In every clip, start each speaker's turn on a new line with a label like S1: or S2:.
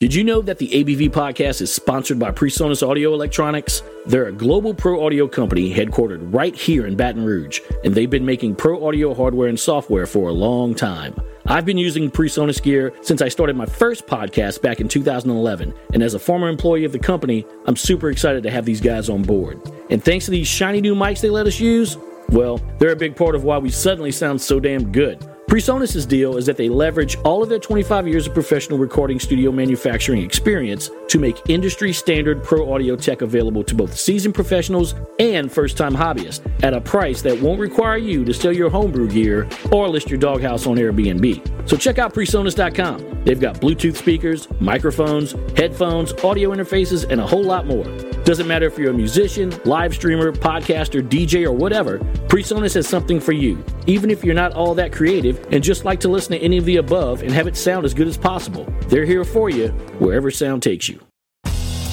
S1: Did you know that the ABV podcast is sponsored by PreSonus Audio Electronics? They're a global pro audio company headquartered right here in Baton Rouge, and they've been making pro audio hardware and software for a long time. I've been using PreSonus gear since I started my first podcast back in 2011, and as a former employee of the company, I'm super excited to have these guys on board. And thanks to these shiny new mics they let us use, well, they're a big part of why we suddenly sound so damn good. PreSonus' deal is that they leverage all of their 25 years of professional recording studio manufacturing experience to make industry standard pro audio tech available to both seasoned professionals and first time hobbyists at a price that won't require you to sell your homebrew gear or list your doghouse on Airbnb. So check out PreSonus.com. They've got Bluetooth speakers, microphones, headphones, audio interfaces, and a whole lot more. Doesn't matter if you're a musician, live streamer, podcaster, DJ, or whatever, PreSonus has something for you, even if you're not all that creative and just like to listen to any of the above and have it sound as good as possible. They're here for you wherever sound takes you.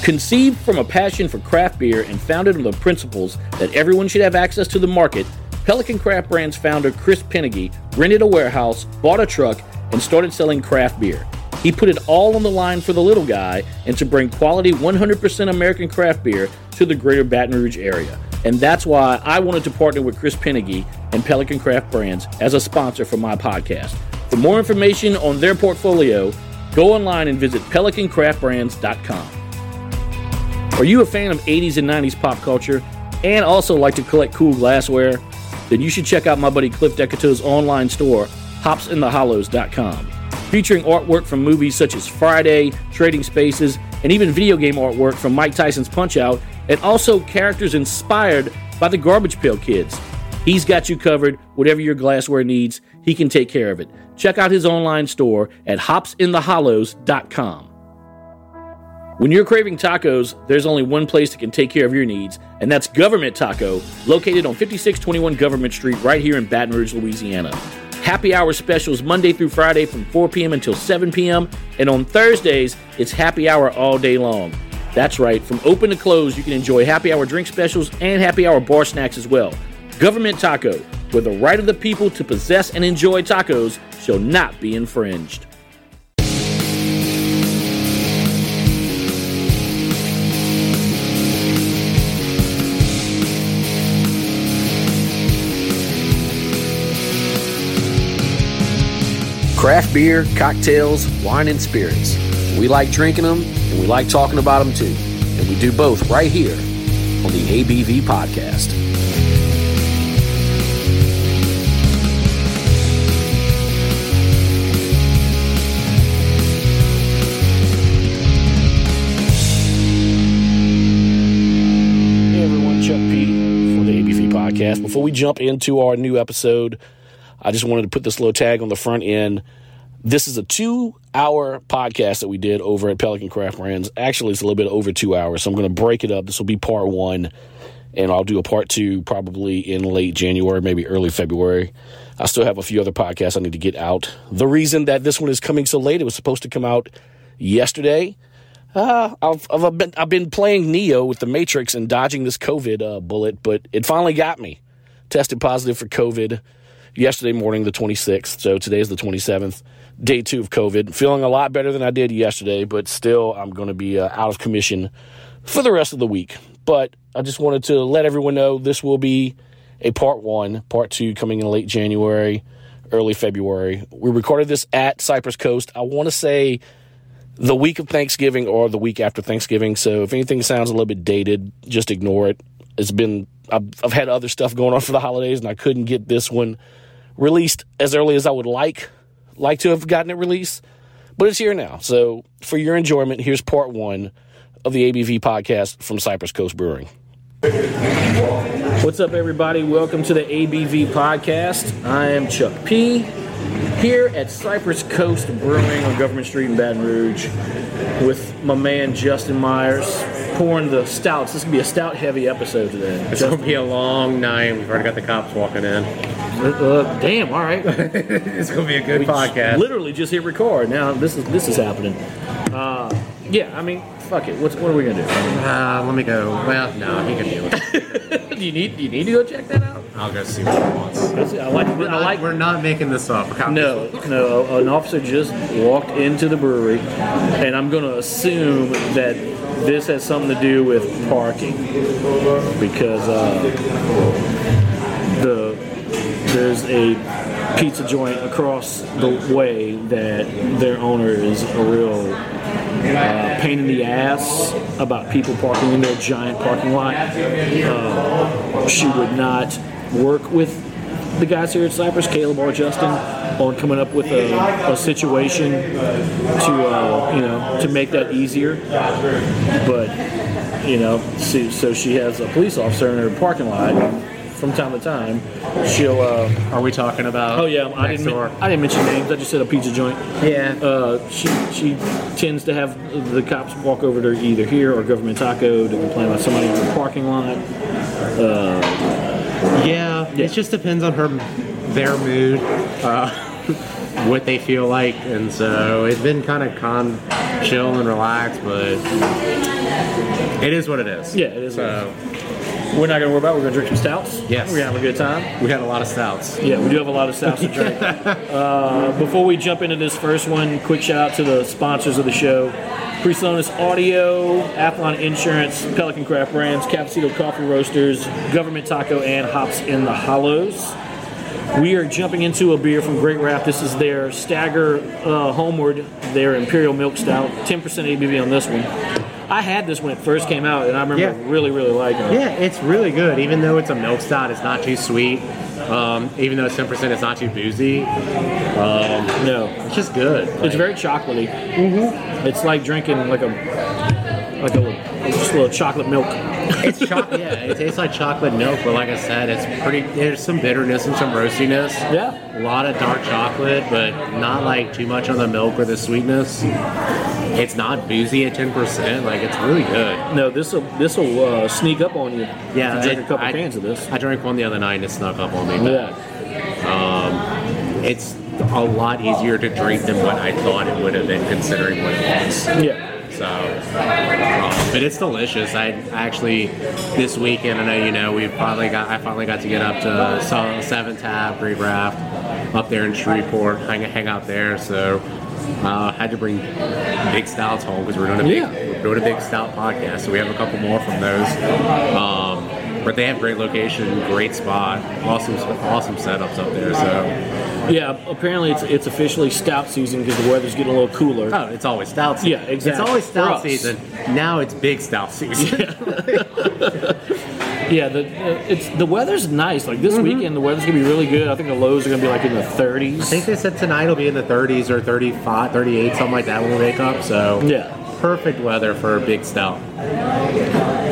S1: Conceived from a passion for craft beer and founded on the principles that everyone should have access to the market, Pelican Craft Brands founder Chris Pennegy rented a warehouse, bought a truck, and started selling craft beer. He put it all on the line for the little guy and to bring quality 100% American craft beer to the greater Baton Rouge area. And that's why I wanted to partner with Chris Pennegy and Pelican Craft Brands as a sponsor for my podcast. For more information on their portfolio, go online and visit pelicancraftbrands.com. Are you a fan of 80s and 90s pop culture and also like to collect cool glassware? Then you should check out my buddy Cliff Decato's online store, hopsinthehollows.com. Featuring artwork from movies such as Friday, Trading Spaces, and even video game artwork from Mike Tyson's Punch Out, and also characters inspired by the Garbage Pail Kids. He's got you covered. Whatever your glassware needs, he can take care of it. Check out his online store at hopsinthehollows.com. When you're craving tacos, there's only one place that can take care of your needs, and that's Government Taco, located on 5621 Government Street right here in Baton Rouge, Louisiana. Happy hour specials Monday through Friday from 4 p.m. until 7 p.m., and on Thursdays, it's happy hour all day long. That's right, from open to close, you can enjoy happy hour drink specials and happy hour bar snacks as well. Government Taco, where the right of the people to possess and enjoy tacos shall not be infringed. Craft beer, cocktails, wine, and spirits. We like drinking them and we like talking about them too. And we do both right here on the ABV Podcast. Hey everyone, Chuck P for the ABV Podcast. Before we jump into our new episode, I just wanted to put this little tag on the front end. This is a two hour podcast that we did over at Pelican Craft Brands. Actually, it's a little bit over two hours, so I'm going to break it up. This will be part one, and I'll do a part two probably in late January, maybe early February. I still have a few other podcasts I need to get out. The reason that this one is coming so late, it was supposed to come out yesterday. Uh, I've, I've been I've been playing Neo with the Matrix and dodging this COVID uh, bullet, but it finally got me. Tested positive for COVID yesterday morning, the 26th. So today is the 27th, day two of COVID. Feeling a lot better than I did yesterday, but still, I'm going to be uh, out of commission for the rest of the week. But I just wanted to let everyone know this will be a part one, part two coming in late January, early February. We recorded this at Cypress Coast. I want to say the week of Thanksgiving or the week after Thanksgiving. So if anything sounds a little bit dated, just ignore it. It's been I've, I've had other stuff going on for the holidays, and I couldn't get this one released as early as I would like like to have gotten it released, but it's here now. So for your enjoyment, here's part one of the ABV podcast from Cypress Coast Brewing. What's up, everybody? Welcome to the ABV podcast. I am Chuck P.
S2: here at Cypress Coast Brewing on Government Street in Baton Rouge with my man Justin Myers pouring the stouts. This is gonna be a stout heavy episode today.
S3: It's
S2: Justin,
S3: gonna be a long night. We've already got the cops walking in.
S2: uh, damn, all right.
S3: It's gonna be a good
S2: We just
S3: podcast.
S2: Literally just hit record. Now this is this is happening. Uh, yeah, I mean, fuck it. What's, what are we gonna do?
S3: Uh, let me go. Well, no, he can do it.
S2: do you need do you need to go check that out?
S3: I'll go see what he wants.
S2: That's it. I like
S3: We're
S2: I
S3: not,
S2: like
S3: we're not making this up. Cops.
S2: No, no. An officer just walked into the brewery, and I'm going to assume that this has something to do with parking because uh, the there's a pizza joint across the way that their owner is a real uh, pain in the ass about people parking in their giant parking lot. Uh, she would not work with the guys here at Cypress, Caleb or Justin, on coming up with a, a situation to uh, you know to make that easier. But you know, so, so she has a police officer in her parking lot. From time to time, she'll. Uh,
S3: Are we talking about?
S2: oh yeah, I
S3: next
S2: didn't. men-
S3: door?
S2: I didn't mention names. I just said a pizza joint.
S3: Yeah.
S2: Uh, she she tends to have the cops walk over to her either here or Government Taco to complain about somebody in the parking lot.
S3: Oh, yeah, It just depends on her, their mood, uh, what they feel like, and so it's been kind of calm, chill, and relaxed. But it is what it is.
S2: Yeah, it is.
S3: So
S2: we're not gonna worry about. it. We're gonna drink some stouts.
S3: Yes.
S2: We're gonna have a good time.
S3: we had a lot of stouts.
S2: Yeah, we do have a lot of stouts to drink. uh, before we jump into this first one, quick shout out to the sponsors of the show. PreSonus Audio, Athlon Insurance, Pelican Craft Brands, Capacito Coffee Roasters, Government Taco, and Hops in the Hollows. We are jumping into a beer from Great Raft. This is their Stagger uh, Homeward, their Imperial Milk Stout. 10% ABV on this one. I had this when it first came out, and I remember
S3: Yeah.
S2: really, really liking it.
S3: Yeah, it's really good. Even though it's a milk stout, it's not too sweet. Um, even though it's ten percent, it's not too boozy. Um,
S2: No,
S3: It's just good.
S2: It's very chocolatey. Mm-hmm. It's like drinking like a like a just a little chocolate milk.
S3: It's choc- yeah, it tastes like chocolate milk, but like I said, it's pretty. There's some bitterness and some roastiness.
S2: Yeah.
S3: A lot of dark chocolate, but not like too much on the milk or the sweetness. It's not boozy at ten percent. Like it's really good.
S2: No, this will this will uh, sneak up on you. if you drink
S3: I-
S2: a couple
S3: I-
S2: cans of this.
S3: I drank one the other night and it snuck up on me. But
S2: yeah,
S3: It's a lot easier to drink than what I thought it would have been, considering what it was.
S2: yeah.
S3: So, uh, but it's delicious. I actually this weekend, I know you know we finally got. I finally got to get up to Sol- Seven Tab Great Raft up there in Shreveport, hang hang out there. So. Uh, had to bring big stouts home because we're doing a big,
S2: Yeah.
S3: we're doing a big stout podcast, so we have a couple more from those. Um, but they have great location, great spot, awesome, awesome setups up there. So,
S2: Yeah, apparently it's it's officially stout season because the weather's getting a little cooler.
S3: oh, it's always stout season.
S2: Yeah, exactly.
S3: It's always
S2: For
S3: stout
S2: us.
S3: season. Now it's big stout season.
S2: Yeah, the uh, it's the weather's nice. Like this weekend, the weather's gonna be really good. I think the lows are gonna be like in the 30s.
S3: Mm-hmm. I think they said tonight will be in the 30s or 35, 38, something like that when we wake up. So
S2: yeah,
S3: perfect weather for a big stout.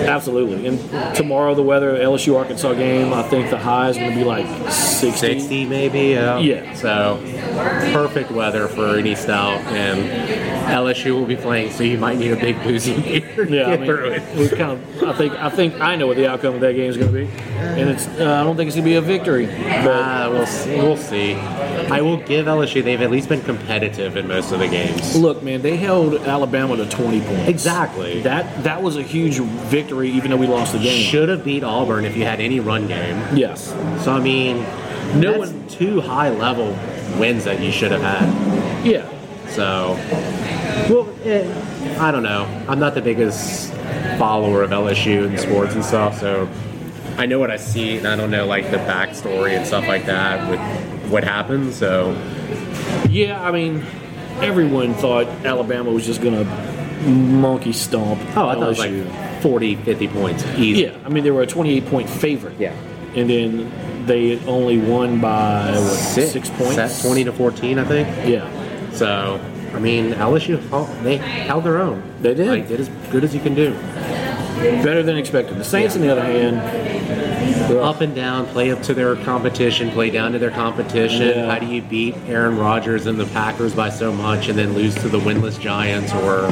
S2: absolutely. And tomorrow, the weather, LSU Arkansas game, I think the high is gonna be like 60.
S3: 60 maybe. Yeah.
S2: Yeah.
S3: So perfect weather for any stout, and LSU will be playing, so you might need a big boozy beer to
S2: Yeah,
S3: get
S2: I mean,
S3: through it.
S2: we kind of. I think. I think I know what the outcome of that game is going to be, and it's. Uh, I don't think it's going to be a victory. But
S3: Uh, we'll see. We'll see. I will give LSU. They've at least been competitive in most of the games.
S2: look, man, they held Alabama to 20 points.
S3: Exactly.
S2: That that was a huge victory, even though we lost the game.
S3: Should have beat Auburn if you had any run game.
S2: Yes.
S3: So I mean,
S2: No
S3: no
S2: one-
S3: one two high level wins that you should have had.
S2: Yeah.
S3: So, well, eh, I don't know. I'm not the biggest follower of LSU and sports and stuff, so I know what I see, and I don't know like the backstory and stuff like that with what happened. So
S2: Yeah. I mean, everyone thought Alabama was just going to monkey stomp.
S3: oh, I thought it was
S2: LSU.
S3: like 40, 50 points easy.
S2: Yeah. I mean, they were a 28 point favorite.
S3: Yeah.
S2: And then they only won by what, six, points.
S3: That's twenty to fourteen, I think.
S2: Yeah.
S3: So, I mean, LSU hel- they held their own.
S2: They did.
S3: Like, did as good as you can do.
S2: Better than expected. The Saints, on the other hand,
S3: up and down, play up to their competition, play down to their competition.
S2: Yeah.
S3: How do you beat Aaron Rodgers and the Packers by so much and then lose to the winless Giants or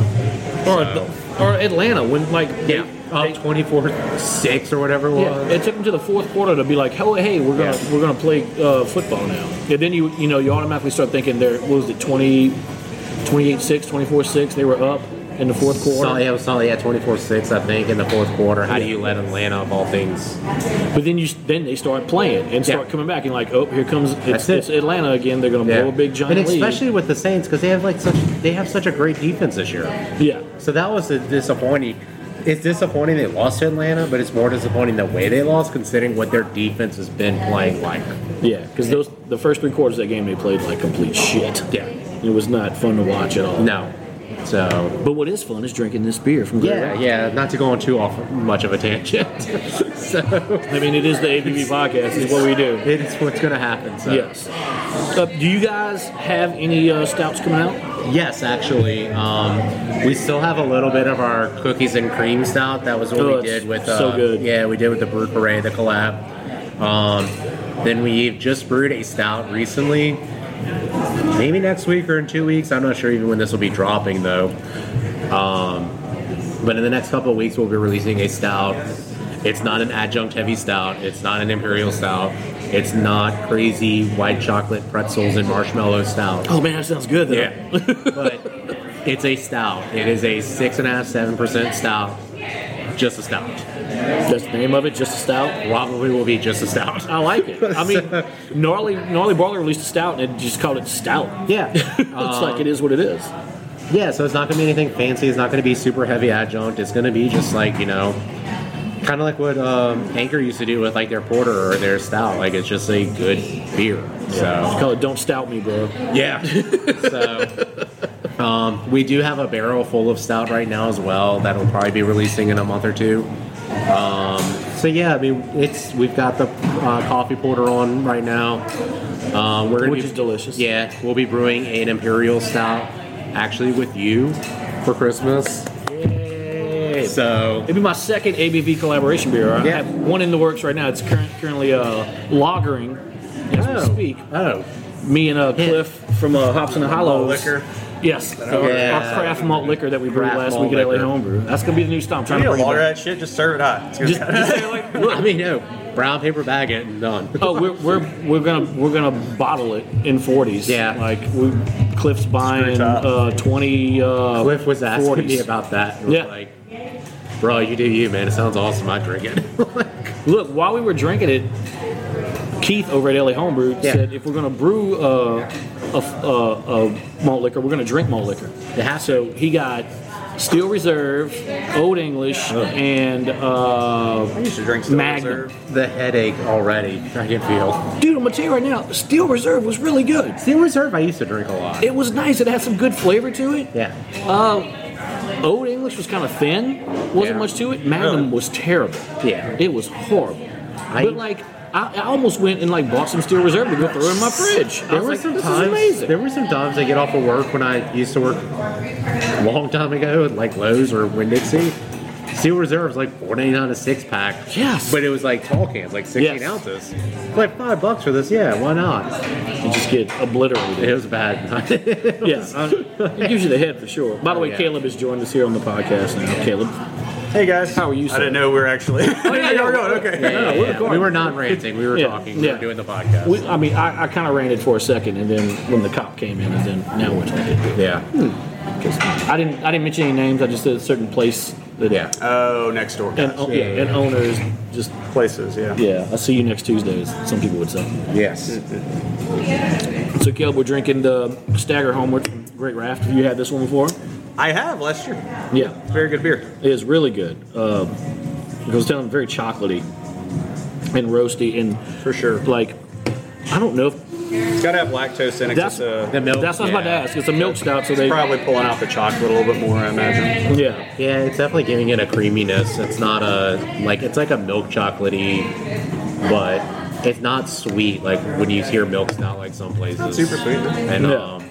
S2: Or
S3: so.
S2: the, or Atlanta when like they-
S3: yeah, up twenty four six or whatever it
S2: Yeah,
S3: was?
S2: it took them to the fourth quarter to be like, oh, hey, we're gonna
S3: Yeah.
S2: we're gonna play uh, football now. And then you you know you automatically start thinking they're what was it 20, 28-6, 24-6, They were up in the fourth quarter,
S3: Solid, yeah, it was solid, yeah, 24-6, I think, in the fourth quarter. How do you let Atlanta, of all things,
S2: but then you then they start playing and start
S3: Yeah.
S2: coming back and like, oh, here comes it's,
S3: That's it.
S2: it's Atlanta again. They're gonna blow a big giant
S3: And especially
S2: lead.
S3: with the Saints because they have like such they have such a great defense this year.
S2: Yeah,
S3: So that was a disappointing. It's disappointing they lost to Atlanta, but it's more disappointing the way they lost, considering what their defense has been playing like.
S2: yeah, because those the first three quarters of that game they played like complete shit.
S3: Yeah.
S2: it was not fun to watch at all.
S3: No. So
S2: But what is fun is drinking this beer from Great
S3: yeah,
S2: Rock.
S3: yeah. Not to go on too off much of a tangent. so
S2: I mean, it is the ABV podcast. It's what we do.
S3: it's what's gonna happen. So.
S2: Yes. Uh, do you guys have any uh, stouts coming out?
S3: Yes, actually, um, we still have a little bit of our cookies and cream stout. That was what
S2: Oh,
S3: we
S2: it's
S3: did with
S2: so
S3: uh,
S2: good.
S3: Yeah, we did with the Brew Parade, the collab. Um, then we just brewed a stout recently. Maybe next week or in two weeks. I'm not sure even when this will be dropping though. Um, but in the next couple of weeks, we'll be releasing a stout. It's not an adjunct heavy stout. It's not an imperial stout. It's not crazy white chocolate pretzels and marshmallow stout.
S2: Oh man, that sounds good. Though.
S3: Yeah, but it's a stout. It is a six and a half, seven percent stout. Just a stout.
S2: That's the name of it. Just a stout.
S3: Probably will be just a stout.
S2: I like it. I mean, gnarly gnarly brawler released a stout and it just called it stout.
S3: Yeah,
S2: It's like it is what it is.
S3: yeah. So it's not gonna be anything fancy. It's not gonna be super heavy adjunct. It's gonna be just like you know, kind of like what um, Anchor used to do with like their porter or their stout. Like it's just a good beer.
S2: Just
S3: So
S2: call it "Don't Stout Me, Bro."
S3: yeah. so um, we do have a barrel full of stout right now as well. That'll probably be releasing in a month or two. Um, So yeah, I mean, it's we've got the uh, coffee porter on right now. Uh, we're gonna
S2: Which
S3: be-
S2: is delicious.
S3: Yeah, we'll be brewing an imperial stout, actually with you for Christmas.
S2: Yay.
S3: So
S2: It'd be my second ABV collaboration beer. I
S3: Yeah.
S2: have one in the works right now. It's current, currently uh, lagering as we speak.
S3: Oh,
S2: Me and uh, Cliff from uh, Hops and the Hollows.
S3: liquor.
S2: Yes,
S3: Yeah.
S2: our craft malt liquor that we brewed
S3: Craft
S2: last
S3: malt
S2: week at LA
S3: liquor.
S2: Homebrew. That's gonna be the new style. I'm
S4: You
S2: trying
S4: need
S2: to
S4: to
S2: bring it
S4: log
S2: back.
S4: that shit. Just serve it hot. It's gonna
S2: Just,
S4: be-
S2: just say like,
S3: I
S2: look,
S3: mean, no brown paper bag it and done.
S2: oh, we're, we're we're gonna we're gonna bottle it in forties.
S3: Yeah.
S2: like we Cliff's buying
S4: top.
S2: uh, twenty. Uh,
S3: Cliff was asking
S2: 40s.
S3: me about that. and was
S2: Yeah.
S3: like, bro, you do you, man. It sounds awesome. I drink it.
S2: Look, while we were drinking it, Keith over at LA Homebrew
S3: Yeah.
S2: said if we're gonna brew uh, a, a, a malt liquor, we're gonna drink malt liquor.
S3: has
S2: so he got Steel Reserve, Old English,
S3: Oh.
S2: and uh,
S4: I used to drink Steel
S2: Magnum.
S4: Reserve.
S3: the headache already. I can feel.
S2: Dude, I'm gonna tell you right now, Steel Reserve was really good.
S3: Steel Reserve. I used to drink a lot.
S2: It was nice. It had some good flavor to it.
S3: yeah.
S2: Old English was kind of thin. Wasn't
S3: Yeah.
S2: much to it. Magnum was terrible.
S3: Yeah.
S2: It was horrible.
S3: I-
S2: but like, I, I almost went and like bought some Steel Reserve to go throw in my fridge. I
S3: There
S2: was
S3: were
S2: like,
S3: some
S2: this
S3: times.
S2: is amazing.
S3: There were some times I get off of work when I used to work a long time ago at like Lowe's or Winn Dixie. Steel Reserve's like four ninety nine a six pack.
S2: Yes.
S3: but it was like tall cans, like sixteen
S2: Yes.
S3: ounces. Like five bucks for this. Yeah, why not?
S2: you just get obliterated.
S3: It was bad.
S2: Yeah, I- it gives you the head for sure. By the way,
S3: yeah.
S2: Caleb has joined us here on the podcast now. Caleb,
S4: Hey guys.
S2: How are you,
S4: I
S2: sir?
S4: didn't know we were actually. oh,
S2: yeah, yeah,
S4: we're going.
S2: we're-
S4: Okay.
S2: yeah. no, we're recording.
S3: we were not ranting. We were
S2: Yeah,
S3: talking. We
S2: yeah.
S3: were doing the podcast.
S2: we, I mean, I, I kind of ranted for a second, and then when the cop came in, and then now we're talking.
S3: yeah,
S2: I didn't, I didn't mention any names. I just said a certain place that
S3: yeah.
S4: Oh, next door.
S2: and yeah,
S3: Yeah, yeah,
S2: and owners just
S4: Places, yeah.
S2: yeah. I see you next Tuesday. as Some people would say.
S3: Yes.
S2: So Caleb, we're drinking the Stagger Homeward from Great Raft. Have you had this one before?
S4: I have last year.
S2: Yeah,
S4: Very good beer.
S2: it is really good. Uh, I was telling them very chocolatey and roasty and
S4: For sure.
S2: like I don't know if
S4: It's gotta have lactose in it. 'cause
S2: That's
S4: It's, uh,
S3: The milk.
S2: That's what I was about to
S3: yeah.
S2: ask. It's a milk stout, so they
S4: probably pulling out the chocolate a little bit more, I imagine.
S2: yeah.
S3: Yeah, it's definitely giving it a creaminess. It's not a like it's like a milk chocolatey, but it's not sweet like when you hear milk stout like some places.
S4: super sweet.
S3: And
S2: No.
S3: um,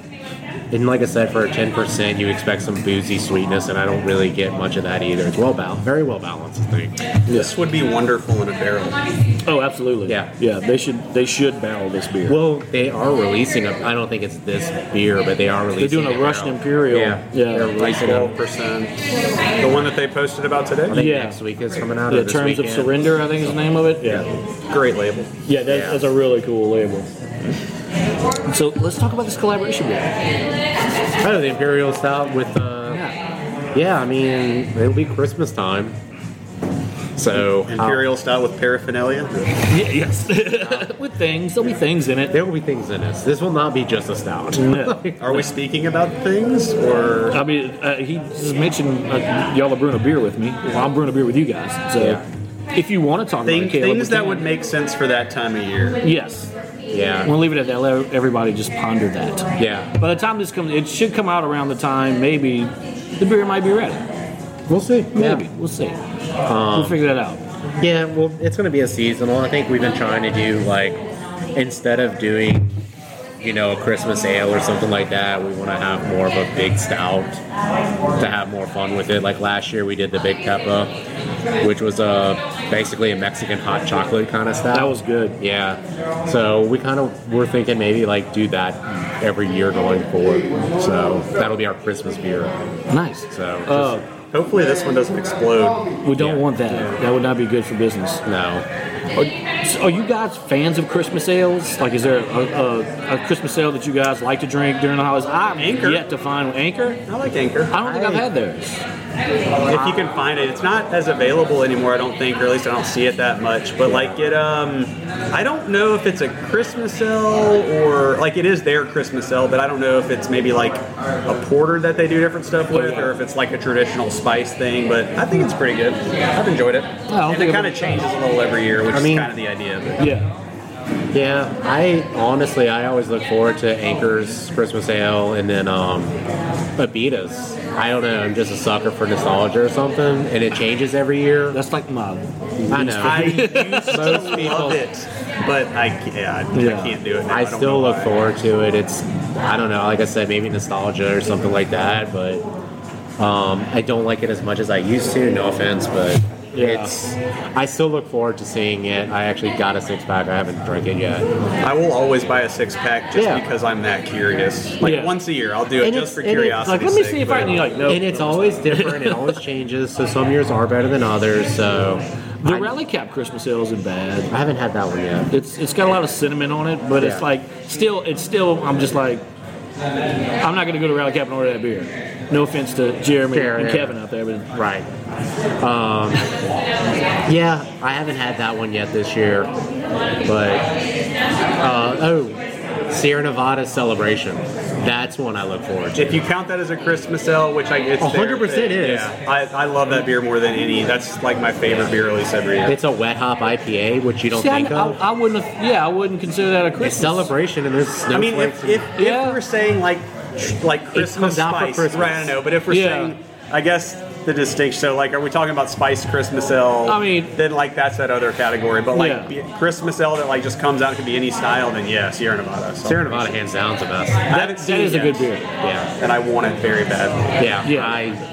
S3: And like I said, for ten percent, you expect some boozy sweetness, and I don't really get much of that either. It's well balanced, very well balanced. I think.
S4: This would be wonderful in a barrel.
S2: Oh, absolutely.
S3: Yeah.
S2: yeah. They should they should barrel this beer.
S3: Well, they are releasing a. I don't think it's this beer, but they are
S2: they're
S3: releasing.
S2: doing a Russian
S3: now.
S2: Imperial.
S3: Yeah,
S2: yeah.
S3: They're
S4: Like
S3: releasing a-
S4: twelve percent. The one that they posted about
S3: I
S4: today.
S3: think
S2: Yeah.
S3: next week is coming out. or
S2: Yeah,
S3: this
S2: Terms of
S3: weekend.
S2: Surrender, I think is the name of it. Yeah,
S4: Great label.
S2: yeah, that's,
S3: Yeah.
S2: that's a really cool label. So let's talk about this collaboration beer.
S3: Oh, the Imperial Stout with. Uh, yeah. I mean, it'll be Christmas time. So how-
S4: Imperial style with paraphernalia.
S2: Yeah, yes, with things there'll be things in it.
S3: there will be things in this. This will not be just a stout.
S2: Yeah.
S4: Are we speaking about things or?
S2: I mean, uh, he just mentioned uh, y'all are brewing a beer with me. Well, I'm brewing a beer with you guys. So if you want to talk
S4: Thing,
S2: about it, Caleb,
S4: things
S2: we
S4: that
S2: can.
S4: would make sense for that time of year.
S2: yes,
S3: Yeah.
S2: we'll leave it at that. Let everybody just ponder that.
S3: Yeah.
S2: By the time this comes, it should come out around the time maybe the beer might be ready.
S3: We'll see.
S2: Maybe we'll see. we'll figure that out.
S3: Yeah, well, it's going to be a seasonal. I think we've been trying to do like instead of doing, you know, a Christmas ale or something like that, we want to have more of a big stout to have more fun with it. Like last year, we did the Big Peppa, which was uh, basically a Mexican hot chocolate kind of stout.
S2: That was good.
S3: Yeah. So we kind of were thinking maybe like do that every year going forward. So that'll be our Christmas beer.
S2: Nice.
S3: So just,
S2: Uh,
S4: Hopefully, this one doesn't explode.
S2: we don't
S3: yeah.
S2: want that. That would not be good for business.
S3: no.
S2: Are, so are you guys fans of Christmas ales? Like, is there a, a, a Christmas ale that you guys like to drink during the holidays? I've
S4: Anchor.
S2: yet to find one. Anchor.
S4: I like Anchor.
S2: I don't think I, have had theirs.
S4: if you can find it. It's not as available anymore, I don't think, or at least I don't see it that much. But like it, um, I don't know if it's a Christmas ale or like it is their Christmas ale, but I don't know if it's maybe like a porter that they do different stuff
S2: Oh,
S4: with, or if it's like a traditional spice thing. But I think it's pretty good. I've enjoyed it.
S2: don't
S4: and
S2: think
S4: it
S2: I've
S4: kind of
S2: ever-
S4: changes a little every year, which
S3: I mean-
S4: is kind of the idea. Of it.
S2: Yeah.
S3: Yeah, I honestly I always look forward to Anchor's Christmas Ale and then um Abita's. I don't know, I'm just a sucker for nostalgia or something and it changes every year.
S2: That's like my.
S3: I know.
S4: I
S3: I,
S4: used to
S3: Most people-
S4: love it, but I, ca- yeah, I,
S2: Yeah.
S4: I can't do it. Now. I, don't
S3: still
S4: know
S3: look
S4: why.
S3: forward to it. It's I don't know, like I said, maybe nostalgia or something like that, but um I don't like it as much as I used to, no offense, but
S2: Yeah.
S3: it's I still look forward to seeing it. I actually got a six pack, I haven't drank it yet.
S4: I will always buy a six pack just
S3: Yeah.
S4: because I'm that curious. Like
S2: Yeah.
S4: once a year, I'll do it
S3: And
S4: just
S3: it's-
S4: for
S3: and it's
S4: curiosity.
S2: Like, let me see if I can. Like, no.
S3: And it's always different. It always changes. So some years are better than others. So
S2: the
S3: I,
S2: Rally Cap Christmas ale isn't bad.
S3: I haven't had that one yet.
S2: It's it's got a lot of cinnamon on it, but it's
S3: Yeah.
S2: like still it's still I'm just like I'm not gonna go to Rally Cap and order that beer. No offense to Jeremy
S3: Fair,
S2: and
S3: yeah.
S2: Kevin out there, but
S3: Right. Um, yeah, I haven't had that one yet this year. But uh, oh, Sierra Nevada celebration. That's one I look forward to.
S4: If you count that as a Christmas ale, which I it's
S3: A
S4: there,
S3: hundred percent
S4: it-
S3: is.
S4: Yeah, I, I love that beer more than any. That's like my favorite beer release every year.
S3: It's a wet hop IPA, which you don't
S2: See, I,
S3: think
S2: I,
S3: of.
S2: I wouldn't have, yeah I wouldn't consider that a
S3: it's
S2: Christmas
S3: celebration and there's
S4: I mean,
S3: snowflakes.
S4: if if, if
S2: Yeah.
S4: we're saying like tr- like Christmas
S3: comes out for
S4: spice,
S3: Christmas.
S4: right? I know, but if we're
S2: Yeah.
S4: saying, I guess the distinction. So, like, are we talking about spice Christmas ale?
S2: I mean-
S4: then like that's that other category. But like
S2: Yeah.
S4: be- Christmas ale that like just comes out, it could be any style. Then yeah, Sierra Nevada. So
S3: Sierra Nevada hands down's the best.
S4: I haven't
S2: That
S4: seen it
S2: is a
S4: yet,
S2: good beer.
S3: Yeah.
S4: and I want it very badly.
S3: Yeah.
S2: Yeah.
S3: I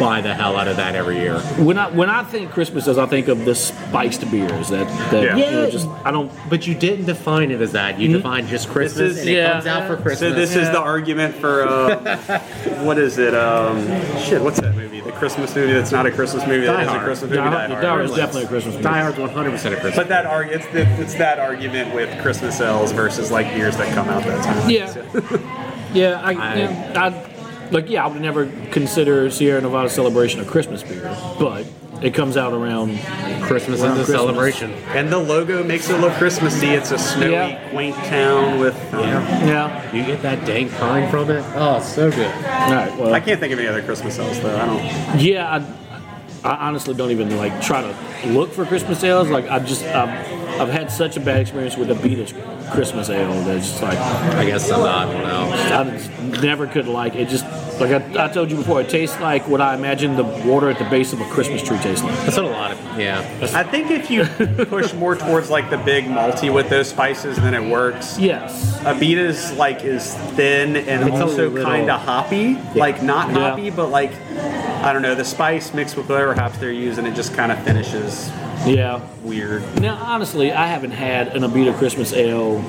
S3: buy the hell out of that every year.
S2: When I when I think Christmas as I think of the spiced beers that, that
S4: Yeah.
S2: you know,
S3: Yeah.
S2: just I don't
S3: But you didn't define it as that. You defined just Christmas,
S4: is-
S3: and it
S2: yeah.
S3: comes out for Christmas.
S4: So this is the argument for um, what is it? Um, shit, what's that movie? The Christmas movie that's not a Christmas movie.
S3: Die
S4: That is a
S3: Hard.
S4: Christmas movie.
S2: Die
S4: Die
S2: Hard, Die Hard is
S4: Hard.
S2: definitely a Christmas beer.
S3: Die Hard's 100 percent a Christmas.
S4: But that arg- it's, the, it's that argument with Christmas sales versus like beers that come out that time.
S2: Yeah. yeah, I,
S3: I-
S2: yeah, I like yeah, I would never consider Sierra Nevada Celebration a Christmas beer, but it comes out around
S3: Christmas
S2: Around
S3: is
S2: Christmas.
S3: a celebration.
S4: And the logo makes it look Christmassy. It's a snowy,
S2: Yeah.
S4: quaint town with. um, yeah.
S2: yeah.
S3: You get that dank pine from it. Oh, so good.
S2: All right, well,
S4: I can't think of any other Christmas sales though. I don't.
S2: Yeah, I, I honestly don't even like try to look for Christmas ales. Like I just I've, I've had such a bad experience with a Beatles Christmas ale that it's just like
S3: I guess I'm not one else.
S2: I just never could like it. Just Like I, I told you before, it tastes like what I imagine the water at the base of a Christmas tree tastes like.
S3: That's what a lot of yeah.
S4: I think if you push more towards like the big malty with those spices, then it works.
S2: Yes.
S4: Abita's like is thin and
S3: It's a
S4: also
S3: little-
S4: kind of hoppy, like not
S2: Yeah.
S4: hoppy, but like I don't know. The spice mixed with whatever hops they're using, it just kind of finishes
S2: Yeah.
S4: weird.
S2: Now, honestly, I haven't had an Abita Christmas ale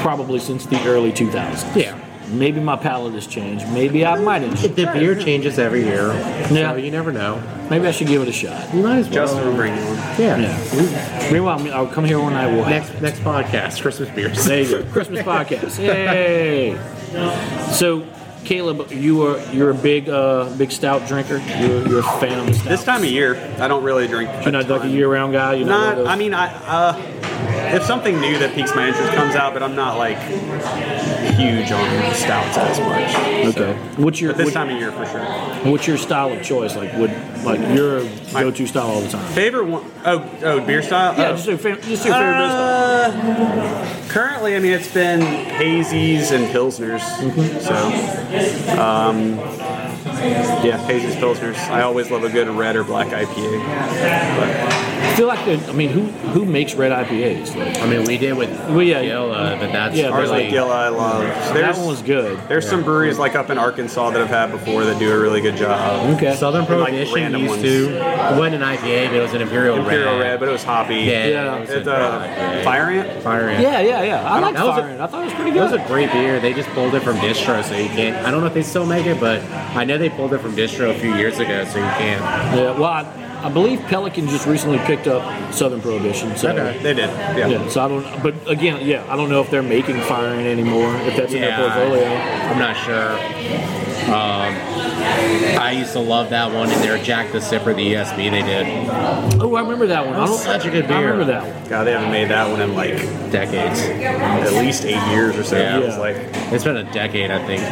S2: probably since the early 2000s.
S3: Yeah.
S2: Maybe my palate has changed. Maybe I might have.
S3: The beer changes every year.
S2: Yeah.
S3: So you never know.
S2: Maybe I should give it a shot.
S3: You might as well.
S4: Justin will bring you one.
S3: yeah.
S2: Yeah. Meanwhile, I'll come here one night. We'll have
S3: Next next podcast, Christmas beers.
S2: There you go. Christmas podcast. Yay! So, Caleb, you are you're a big uh, big stout drinker. You're, you're a fan of the stout.
S4: This time of year, I don't really drink.
S2: you're not like a year round guy. You're not. one of
S4: Not.
S2: those-
S4: I mean, I. Uh, if something new that piques my interest comes out, but I'm not like huge on stouts as much.
S2: okay. What's your
S4: But this
S2: what-
S4: time of year for sure.
S2: what's your style of choice? Like would like your go to style all the time?
S4: Favorite one oh oh beer style?
S2: Yeah,
S4: Oh.
S2: just your favorite. Just your favorite beer style.
S4: Uh, currently, I mean, it's been hazies and pilsners.
S2: Mm-hmm.
S4: So, um, yeah, hazies, pilsners. I always love a good red or black IPA.
S2: I feel like the, I mean, who who makes red IPAs? Like,
S3: I mean, we did with
S2: Well, yeah.
S3: Gil, uh, but that's
S2: Yeah,
S4: Ours
S3: really
S4: like Gila, I love.
S2: that
S4: There's,
S2: one was good.
S4: there's some breweries like up in Arkansas that I've had before that do a really good job.
S2: Okay.
S3: Southern Prohibition
S4: random
S3: used
S4: ones.
S3: to. It wasn't an IPA, but it was an Imperial,
S4: Imperial red. but it was hoppy.
S3: Yeah,
S2: Yeah.
S3: it was
S4: It's
S3: a
S4: a fire ant.
S3: fire ant.
S2: yeah, yeah, yeah. I, like
S4: don't-
S3: that was a-
S2: Fire Ant. I thought it was pretty
S3: It was
S2: good.
S3: a great beer. They just pulled it from distro, so you can't. I don't know if they still make it, but I know they pulled it from distro a few years ago, so you can't.
S2: yeah. Well, I, I believe Pelican just recently picked up Southern Prohibition. So.
S3: Okay.
S4: They did. Yeah.
S2: Yeah, so I don't. But again, yeah, I don't know if they're making firing anymore. If that's in their portfolio.
S3: I'm not sure. Um, I used to love that one, and their Jack the Sipper, the ESB they did
S2: Oh, I remember that one. I
S3: That
S2: don't,
S3: was such a good
S2: I
S3: beer.
S2: remember that one.
S4: God, they haven't made that one in like
S3: decades.
S4: at least eight years or so.
S3: Yeah.
S4: It was like
S3: It's been a decade, I think.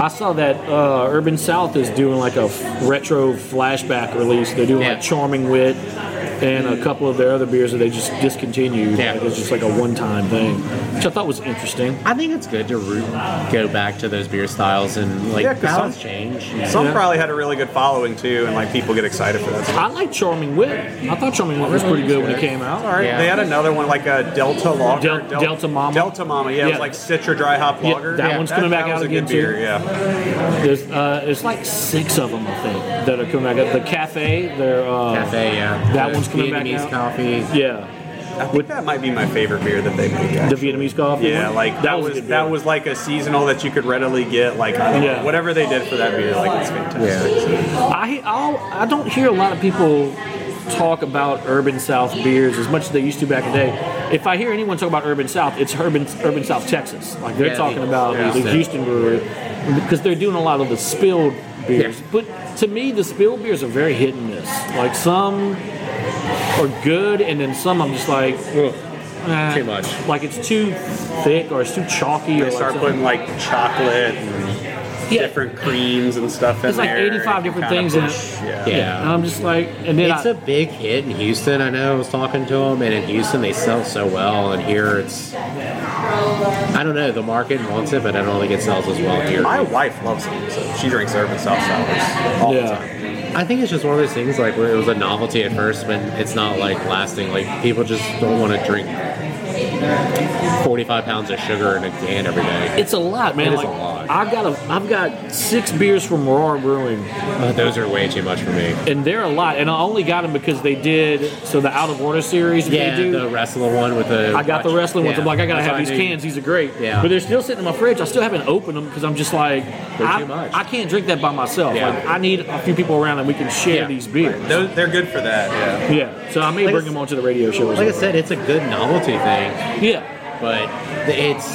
S2: I saw that uh, Urban South is doing like a f- retro flashback release. They're doing
S3: Yeah.
S2: like Charming Wit and a couple of their other beers that they just discontinued.
S3: Yeah.
S2: Like, it's just like a one-time thing, which I thought was interesting.
S3: I think it's good to root, go back to those beer styles and like
S4: Yeah, 'cause some-
S3: styles change.
S4: some
S2: Yeah.
S4: probably had a really good following too, and like people get excited for that. stuff.
S2: I like Charming Wit. I thought Charming Wit was pretty good when it came out.
S4: All right.
S3: Yeah.
S4: They had another one like a Delta Lager.
S2: Del- Delta Mama?
S4: Delta Mama. Yeah,
S2: Yeah.
S4: it was like Citra Dry Hop
S2: Yeah,
S4: Lager.
S2: that one's coming back
S4: that
S2: out
S4: was a
S2: again,
S4: good
S2: too.
S4: beer. Yeah.
S2: There's uh, there's like six of them I think that are coming back. The Cafe, their uh,
S3: Cafe, yeah.
S2: That
S3: The
S2: one's coming back
S3: Vietnamese
S2: out.
S3: coffee.
S2: yeah.
S4: I think that might be my favorite beer that they make.
S2: The
S4: actually.
S2: Vietnamese coffee.
S4: Yeah,
S2: one?
S4: like that,
S2: a
S4: was
S2: good
S4: that
S2: beer.
S4: was like a seasonal that you could readily get. Like I don't know,
S2: Yeah.
S4: whatever they did for that beer, like it's fantastic.
S2: I he- I'll, I don't hear a lot of people talk about urban South beers as much as they used to back in the day. If I hear anyone talk about urban South, it's urban urban South Texas. Like they're
S3: Yeah,
S2: talking
S3: the-
S2: about
S3: yeah.
S2: the Houston brewery because they're doing a lot of the spilled beers.
S3: Yeah.
S2: But to me, the spilled beers are very hit and miss. Like some are good, and then some I'm just like. eh.
S3: Too much.
S2: Like it's too thick or it's too chalky or
S4: They start
S2: like
S4: putting like chocolate and
S2: something. Yeah.
S4: different creams and stuff in
S2: It's like
S4: there.
S2: 85 different
S4: Kinda
S2: things in it.
S4: push- Yeah.
S3: Yeah.
S2: And I'm just like, and then
S3: It's
S2: I,
S3: a big hit in Houston. I know I was talking to them, and in Houston they sell so well, and here it's. I don't know. The market wants it, but I don't think it sells as well here.
S4: My wife loves them, so she drinks urban South sours all the
S2: yeah.
S4: time.
S3: I think it's just one of those things like where it was a novelty at first, but it's not like lasting. Like people just don't want to drink forty-five pounds of sugar in a can every day.
S2: It's a lot, man.
S3: It is
S2: Like,
S3: a lot.
S2: I've got a, I've got six beers from Roar Brewing,
S3: Uh, those are way too much for me.
S2: and they're a lot. And I only got them because they did so the out of order series. that
S3: Yeah,
S2: they do.
S3: the wrestling one with the.
S2: I got the wrestling ones.
S3: Yeah.
S2: I'm like, I gotta
S3: That's
S2: have
S3: what
S2: these
S3: knew.
S2: cans. These are great.
S3: Yeah.
S2: But they're still sitting in my fridge. I still haven't opened them because I'm just like,
S3: They're
S2: I,
S3: too much.
S2: I can't drink that by myself.
S3: Yeah.
S2: Like, I need a few people around and we can share
S3: Yeah.
S2: these beers.
S4: Those, they're good for that. Yeah.
S2: Yeah. So I may
S3: Like
S2: bring
S3: I
S2: them onto the radio show. As
S3: Like I
S2: well.
S3: said, it's a good novelty thing.
S2: Yeah.
S3: but it's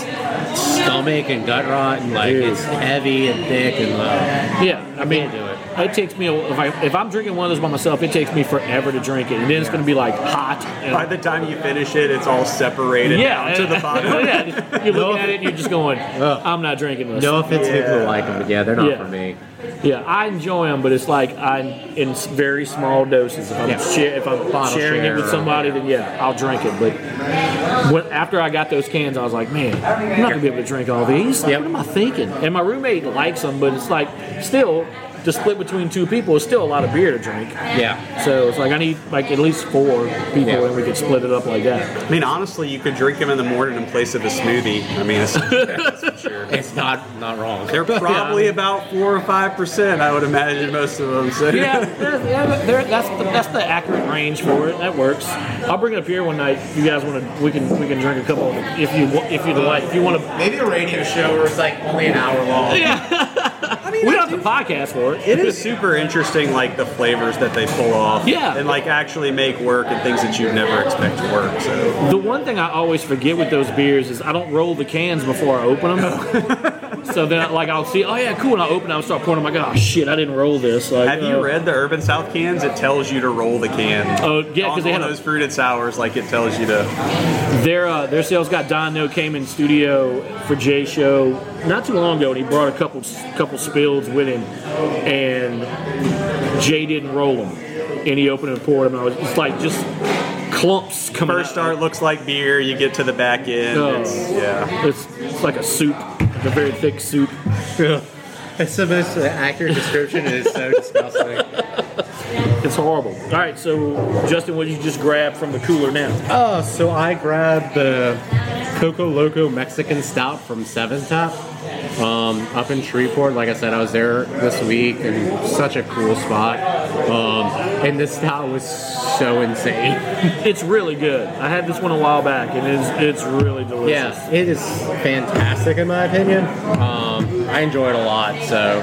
S3: stomach and gut rot and like it's heavy and thick and low.
S2: Yeah. I mean,
S3: can't do it.
S2: It takes me a, if I if I'm drinking one of those by myself, it takes me forever to drink it, and then it's gonna be like hot. And
S4: By the time you finish it, it's all separated
S2: yeah,
S4: down to the bottom.
S2: yeah, you're looking at it and you're just going, I'm not drinking this.
S3: Uh. No offense to people who
S4: Yeah.
S3: like them, but yeah, they're not
S2: Yeah.
S3: for me.
S2: Yeah, I enjoy them, but it's like I in s- very small doses. If I'm
S3: Yeah.
S2: share, if I'm
S3: Bottle
S2: sharing
S3: share
S2: it with
S3: or-
S2: somebody, then yeah, I'll drink it. But when, after I got those cans, I was like, man, I'm not gonna be able to drink all these. Like,
S3: Yep.
S2: What am I thinking? And my roommate likes them, but it's like still to split between two people is still a lot of beer to drink.
S3: Yeah.
S2: So it's like I need like at least four people,
S3: Yeah.
S2: and we could split it up like that.
S4: I mean, honestly, you could drink them in the morning in place of a smoothie. I mean, it's,
S3: It's not not wrong.
S4: they're probably about four or five percent, I would imagine, most of them. So
S2: Yeah, that's, yeah, there- that's the that's the accurate range for it. That works. I'll bring it up here one night. If you guys want to, we can we can drink a couple if you wa- if you'd like. If you want to,
S3: Maybe a radio show where it's like only an hour long.
S4: I mean,
S2: we
S4: I
S2: don't have
S4: do-
S2: to podcast for it.
S4: It is super interesting, like the flavors that they pull off.
S2: Yeah.
S4: And like actually make work and things that you never expect to work. So
S2: The one thing I always forget with those beers is I don't roll the cans before I open them. so then, like, I'll see, oh yeah, cool, and I open, it, I'll start pouring. I'm like, oh shit, I didn't roll this. Like,
S4: have you
S2: uh,
S4: read the Urban South cans? It tells you to roll the can.
S2: Oh, yeah, 'cause
S4: On
S2: they
S4: all
S2: had a-
S4: those fruited sours, like it tells you to.
S2: Their uh, their sales guy Don No came in studio for Jay show not too long ago, and he brought a couple couple spills with him, and Jay didn't roll them, and he opened and poured them. And I was it's like just clumps coming.
S4: First
S2: out.
S4: start looks like beer. You get to the back end.
S2: Oh.
S4: It's, yeah.
S2: it's, it's like a soup, like a very thick soup.
S3: It's the most accurate description. It is so disgusting.
S2: It's horrible. All right, so Justin, what did you just grab from the cooler now?
S3: Oh, so I grabbed the Coco Loco Mexican Stout from Seven Tap um, up in Shreveport. Like I said, I was there this week and such a cool spot. Um, and this stout was so insane.
S2: It's really good. I had this one a while back, and it's it's really delicious.
S3: Yeah, it is fantastic in my opinion. Um, I enjoy it a lot. So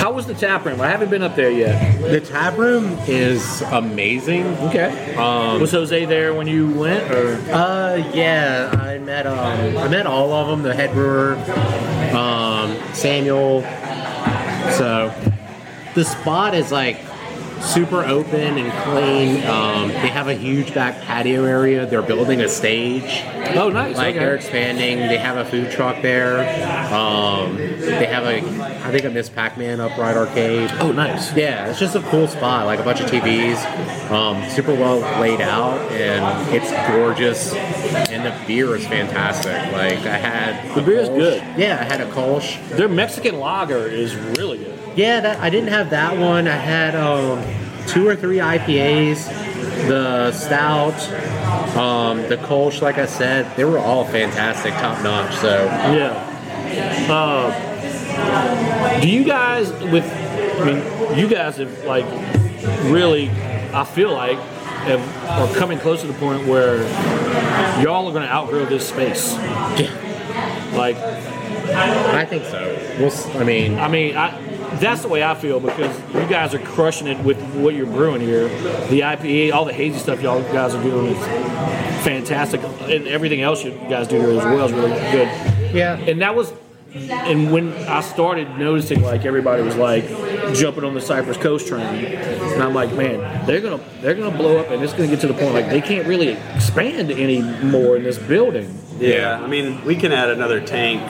S2: How was the tap room? I haven't been up there yet.
S3: the tap room is amazing.
S2: Okay. Um, was Jose there when you went? Or?
S3: Uh, yeah, I met um, I met all of them. The head brewer, um, Samuel. So the spot is like super open and clean. Um, they have a huge back patio area. They're building a stage.
S2: Oh, nice.
S3: Like
S2: okay.
S3: they're expanding. They have a food truck there. Um, they have a I think a Miss Pac-Man upright arcade.
S2: Oh, nice.
S3: Yeah, it's just a cool spot, like a bunch of TVs, um, super well laid out, and it's gorgeous, and the beer is fantastic. Like I had
S2: The
S3: a
S2: beer is
S3: Kolsch.
S2: good.
S3: Yeah, I had a Kolsch.
S2: Their Mexican lager is really good.
S3: Yeah, that I didn't have that one. I had um, two or three IPAs, the stout, um, the Kolsch. Like I said, they were all fantastic, top notch. So
S2: Yeah. Uh, do you guys with? I mean, you guys have like really. I feel like have, are coming close to the point where y'all are going to outgrow this space. Like,
S3: I think so. We'll. s- I mean,
S2: I mean, I. That's the way I feel because you guys are crushing it with what you're brewing here. The IPA, all the hazy stuff y'all guys are doing is fantastic, and everything else you guys do here as well is really good.
S3: yeah.
S2: And that was, and when I started noticing, like everybody was like jumping on the Cypress Coast train, and I'm like, man, they're gonna they're gonna blow up, and it's gonna get to the point like they can't really expand any more in this building.
S4: Yeah. I mean, we can add another tank.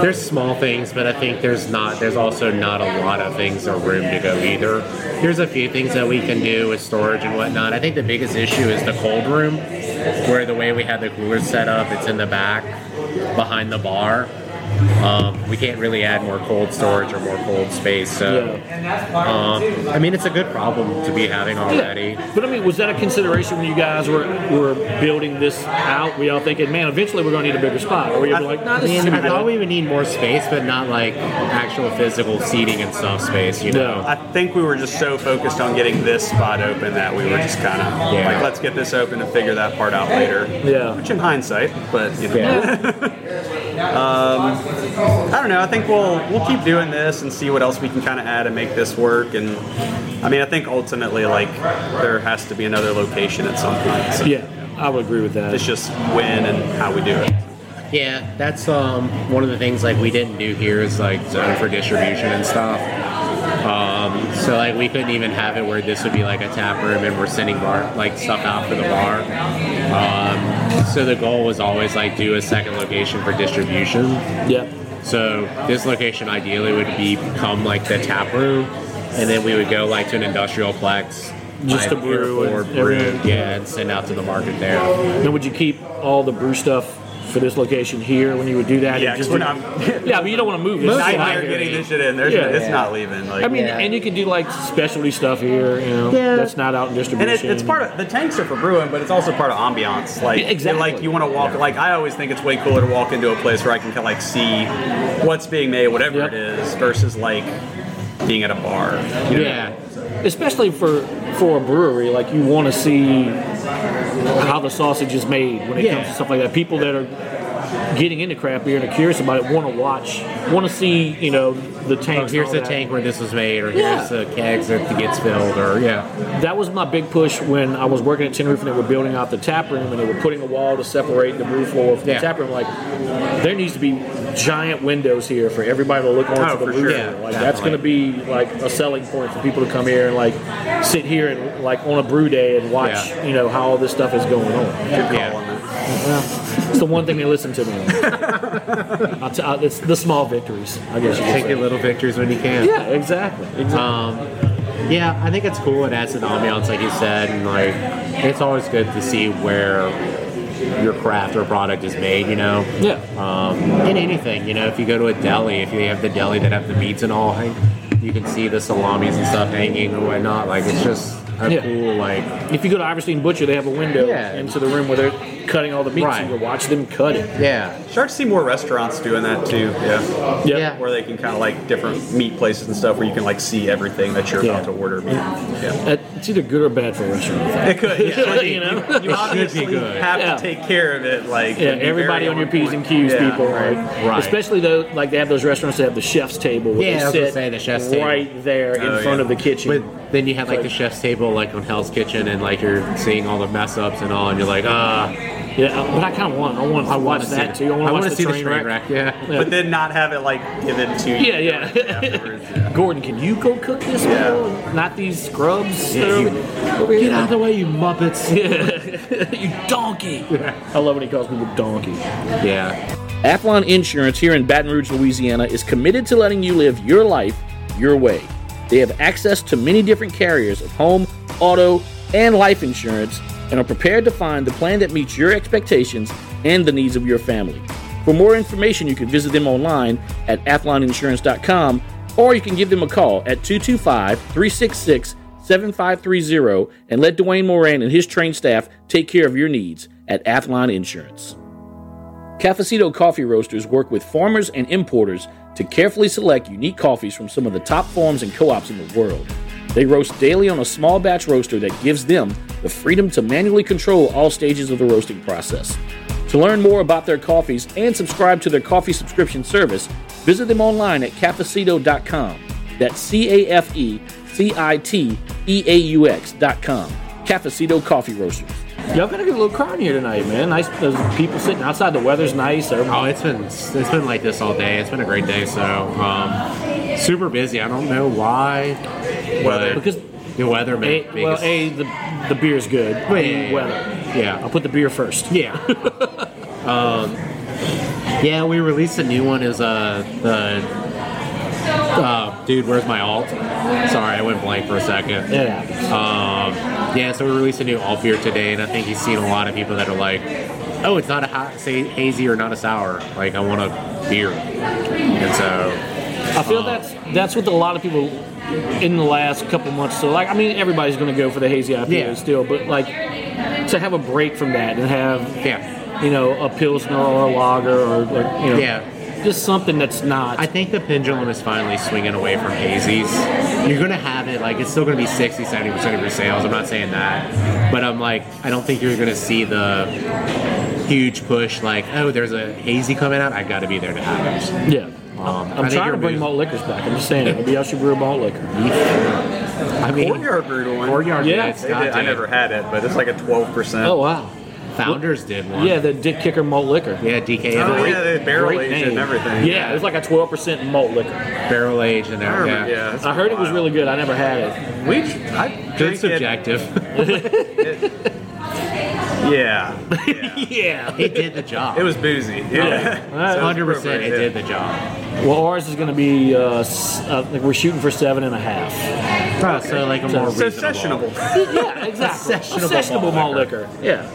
S3: There's small things, but I think there's not. There's also not a lot of things or room to go either. There's a few things that we can do with storage and whatnot. I think the biggest issue is the cold room, where the way we had the coolers set up, it's in the back, behind the bar. Um, we can't really add more cold storage or more cold space. So, um, I mean, it's a good problem to be having already.
S2: But I mean, was that a consideration when you guys were were building this out? Were y'all thinking, man, eventually we're gonna need a bigger spot? Or were you ever like, nah,
S3: I
S2: this is
S3: mean,
S2: gonna
S3: I
S2: be
S3: thought
S2: good?
S3: we would need more space, but not like actual physical seating and stuff space. You know.
S2: No.
S4: I think we were just so focused on getting this spot open that we were just kind of
S3: Yeah.
S4: like, let's get this open and figure that part out later.
S2: Yeah.
S4: Which in hindsight, but you know.
S3: Yeah.
S4: I don't know. I think we'll we'll keep doing this and see what else we can kind of add and make this work. And I mean, I think ultimately, like, there has to be another location at some point. So
S2: Yeah, I would agree with
S4: It's
S2: that.
S4: just when and how we do it.
S3: Yeah, that's um, one of the things like we didn't do here is like zone for distribution and stuff. Um, so like we couldn't even have it where this would be like a tap room and we're sending bar like stuff out for the bar. Um, so the goal was always like do a second location for distribution.
S2: Yeah.
S3: So this location ideally would be become like the tap room, and then we would go like to an industrial plex.
S2: Just
S3: like,
S2: to brew
S3: here for
S2: and
S3: brew,
S2: everything.
S3: yeah, and send out to the market there.
S2: Then would you keep all the brew stuff for this location here when you would do that?
S4: Yeah,
S2: And just
S4: 'cause we're
S2: do-
S4: not-
S2: yeah, but you don't want to move this. shit out
S4: Nightmare
S2: here.
S4: getting this shit in. There's
S2: Yeah.
S4: it's not leaving. Like,
S2: I mean,
S3: Yeah.
S2: and you can do like specialty stuff here. You know,
S4: Yeah.
S2: that's not out in distribution.
S4: And it, it's part of the tanks are for brewing, but it's also part of ambiance. Like
S2: Yeah, exactly.
S4: Like you want to walk. Like I always think it's way cooler to walk into a place where I can kind of like see what's being made, whatever
S2: Yep.
S4: it is, versus like being at a bar. You know?
S2: Yeah. Especially for for a brewery, like you want to see how the sausage is made when it
S3: Yeah.
S2: comes to stuff like that. People that are getting into craft beer and are curious about it want to watch, want to see, you know, the tank.
S3: Oh, here's the tank where this was made, or here's
S2: Yeah.
S3: the kegs that gets filled, or yeah,
S2: That was my big push when I was working at Tenerife and they were building out the tap room and they were putting a wall to separate the brew floor from
S3: Yeah.
S2: the tap room. Like, there needs to be giant windows here for everybody to look onto
S4: Oh,
S2: the
S4: for
S2: brew
S4: sure.
S2: floor.
S4: Yeah,
S2: like, that's going to be like a selling point for people to come here and like sit here and like on a brew day and watch,
S3: Yeah.
S2: you know, how all this stuff is going on.
S3: yeah.
S2: It's the one thing they listen to me. on. I'll t- I'll, it's the small victories, I guess. You could
S3: Take
S2: say.
S3: your little victories when you can.
S2: Yeah, exactly. exactly.
S3: Yeah, I think it's cool. It adds an ambiance, like you said, and like it's always good to see where your craft or product is made. You know,
S2: yeah.
S3: um, in anything. You know, if you go to a deli, if you have the deli that have the meats and all, hang- you can see the salamis and stuff hanging and whatnot. Like it's just a
S2: Yeah.
S3: cool like
S2: If you go to Iverstein Butcher, they have a window
S3: Yeah.
S2: into the room where they're cutting all the meat, so
S3: Right.
S2: you can watch them cut it.
S3: yeah.
S4: Start to see more restaurants doing that too. Yeah.
S3: Yeah.
S4: Where they can kind of like different meat places and stuff where you can like see everything that you're
S2: Yeah.
S4: about to order. Yeah.
S2: That- It's either good or bad for a restaurant.
S4: It could, yeah. I mean,
S2: You know? It should
S4: you,
S2: be
S4: obviously
S3: good.
S4: have
S2: Yeah.
S4: to take care of it. Like,
S2: Yeah,
S4: and be
S2: everybody
S4: very
S2: on your P's
S4: point.
S2: and Q's,
S4: Yeah.
S2: people. Right.
S3: Right.
S2: Especially though, like they have those restaurants that have the chef's table. Where
S3: Yeah,
S2: they
S3: I was
S2: sit
S3: gonna say the chef's table.
S2: right there in
S4: Oh,
S2: front
S4: yeah.
S2: of the kitchen.
S3: But then you have like the chef's table, like on Hell's Kitchen, and like you're seeing all the mess ups and all, and you're like, ah,
S2: yeah, I- but I kind of want. I want to
S3: wanna
S2: watch
S3: see
S2: that too.
S3: the-
S2: I
S3: I
S2: want
S3: wanna
S2: to watch
S3: see
S2: the
S3: the
S2: train wreck.
S3: Yeah,
S4: But then not have it like given to you.
S2: Yeah, yeah.
S4: afterwards, yeah.
S2: Gordon, can you go cook this?
S4: Yeah.
S2: meal? Not these scrubs.
S3: Yeah,
S2: that are
S3: you-
S2: over here?
S3: get out of the way, you muppets.
S2: you donkey. I love when he calls me the donkey.
S3: yeah.
S1: Athlon Insurance here in Baton Rouge, Louisiana is committed to letting you live your life your way. They have access to many different carriers of home, auto, and life insurance and are prepared to find the plan that meets your expectations and the needs of your family. For more information, you can visit them online at athloninsurance.com or you can give them a call at 225 366 7530 and let Dwayne Moran and his trained staff take care of your needs at Athlon Insurance. Cafecito coffee roasters work with farmers and importers to carefully select unique coffees from some of the top farms and co ops in the world. They roast daily on a small batch roaster that gives them the freedom to manually control all stages of the roasting process. To learn more about their coffees and subscribe to their coffee subscription service, visit them online at cafecito.com. That's C A F E C I T E A U X.com. Cafecito Coffee Roasters.
S2: Y'all gonna get a little crowd here tonight, man. Nice, there's people sitting outside. The weather's nice. Everybody-
S3: Oh, it's been it's been like this all day. It's been a great day. So um, super busy. I don't know why.
S4: Weather.
S3: but
S2: Because
S3: the weather
S2: a,
S3: made
S2: well, a the the beer's good. B,
S3: yeah,
S2: weather. I'll
S3: yeah
S2: put the beer first.
S3: yeah. um, yeah, we released a new one. Is uh the uh, dude? Where's my alt? Sorry, I went blank for a second.
S2: Yeah.
S3: Um, yeah, so we released a new alt beer today, and I think you've seen a lot of people that are like, "Oh, it's not a hot, say, hazy or not a sour. Like, I want a beer." And so,
S2: I feel
S3: Uh,
S2: that's that's what a lot of people in the last couple months. So like, I mean, everybody's gonna go for the hazy IPA
S3: Yeah.
S2: still, but like to have a break from that and have
S3: yeah,
S2: you know a pilsner or a lager or like, you know
S3: Yeah.
S2: just something that's not.
S3: I think the pendulum is finally swinging away from hazies. You're going to have it, like, it's still going to be 60, 70% of your sales. I'm not saying that. But I'm like, I don't think you're going to see the huge push, like, oh, there's a hazy coming out. I got to be there to have it.
S2: yeah.
S3: Um, I
S2: I'm
S3: think
S2: trying to
S3: you're
S2: bring
S3: moving-
S2: malt liquors back. I'm just saying, maybe I should brew a malt liquor.
S3: I mean,
S4: Courtyard brewed one.
S3: Courtyard,
S2: Yeah.
S3: yeah. it's
S4: They did- I never had it, but it's like a 12%.
S2: Oh wow!
S3: Founders did one.
S2: Yeah, the Dick Kicker malt liquor.
S3: Yeah, DK.
S4: Oh, yeah, they barrel
S2: Great
S4: aged
S2: name.
S4: and everything.
S2: Yeah, it was like a 12% malt liquor.
S3: barrel aged and
S4: I
S3: everything.
S4: remember, yeah. it's
S2: I heard it was
S4: wild.
S2: really good. I never had it.
S4: We, I
S3: Good
S4: drink it-
S3: subjective.
S4: Yeah.
S2: yeah.
S3: It did the job.
S4: It was boozy.
S2: Oh,
S4: Yeah. So it
S3: 100%.
S4: was
S3: It
S4: appropriate,
S3: did the job.
S2: Well, ours is going to be uh, s- uh, like we're shooting for seven and a half.
S3: So like a more
S4: yeah. So
S3: reasonable.
S4: sessionable.
S2: yeah, exactly. A
S3: sessionable
S2: sessionable
S3: malt
S2: malt liquor. Yeah.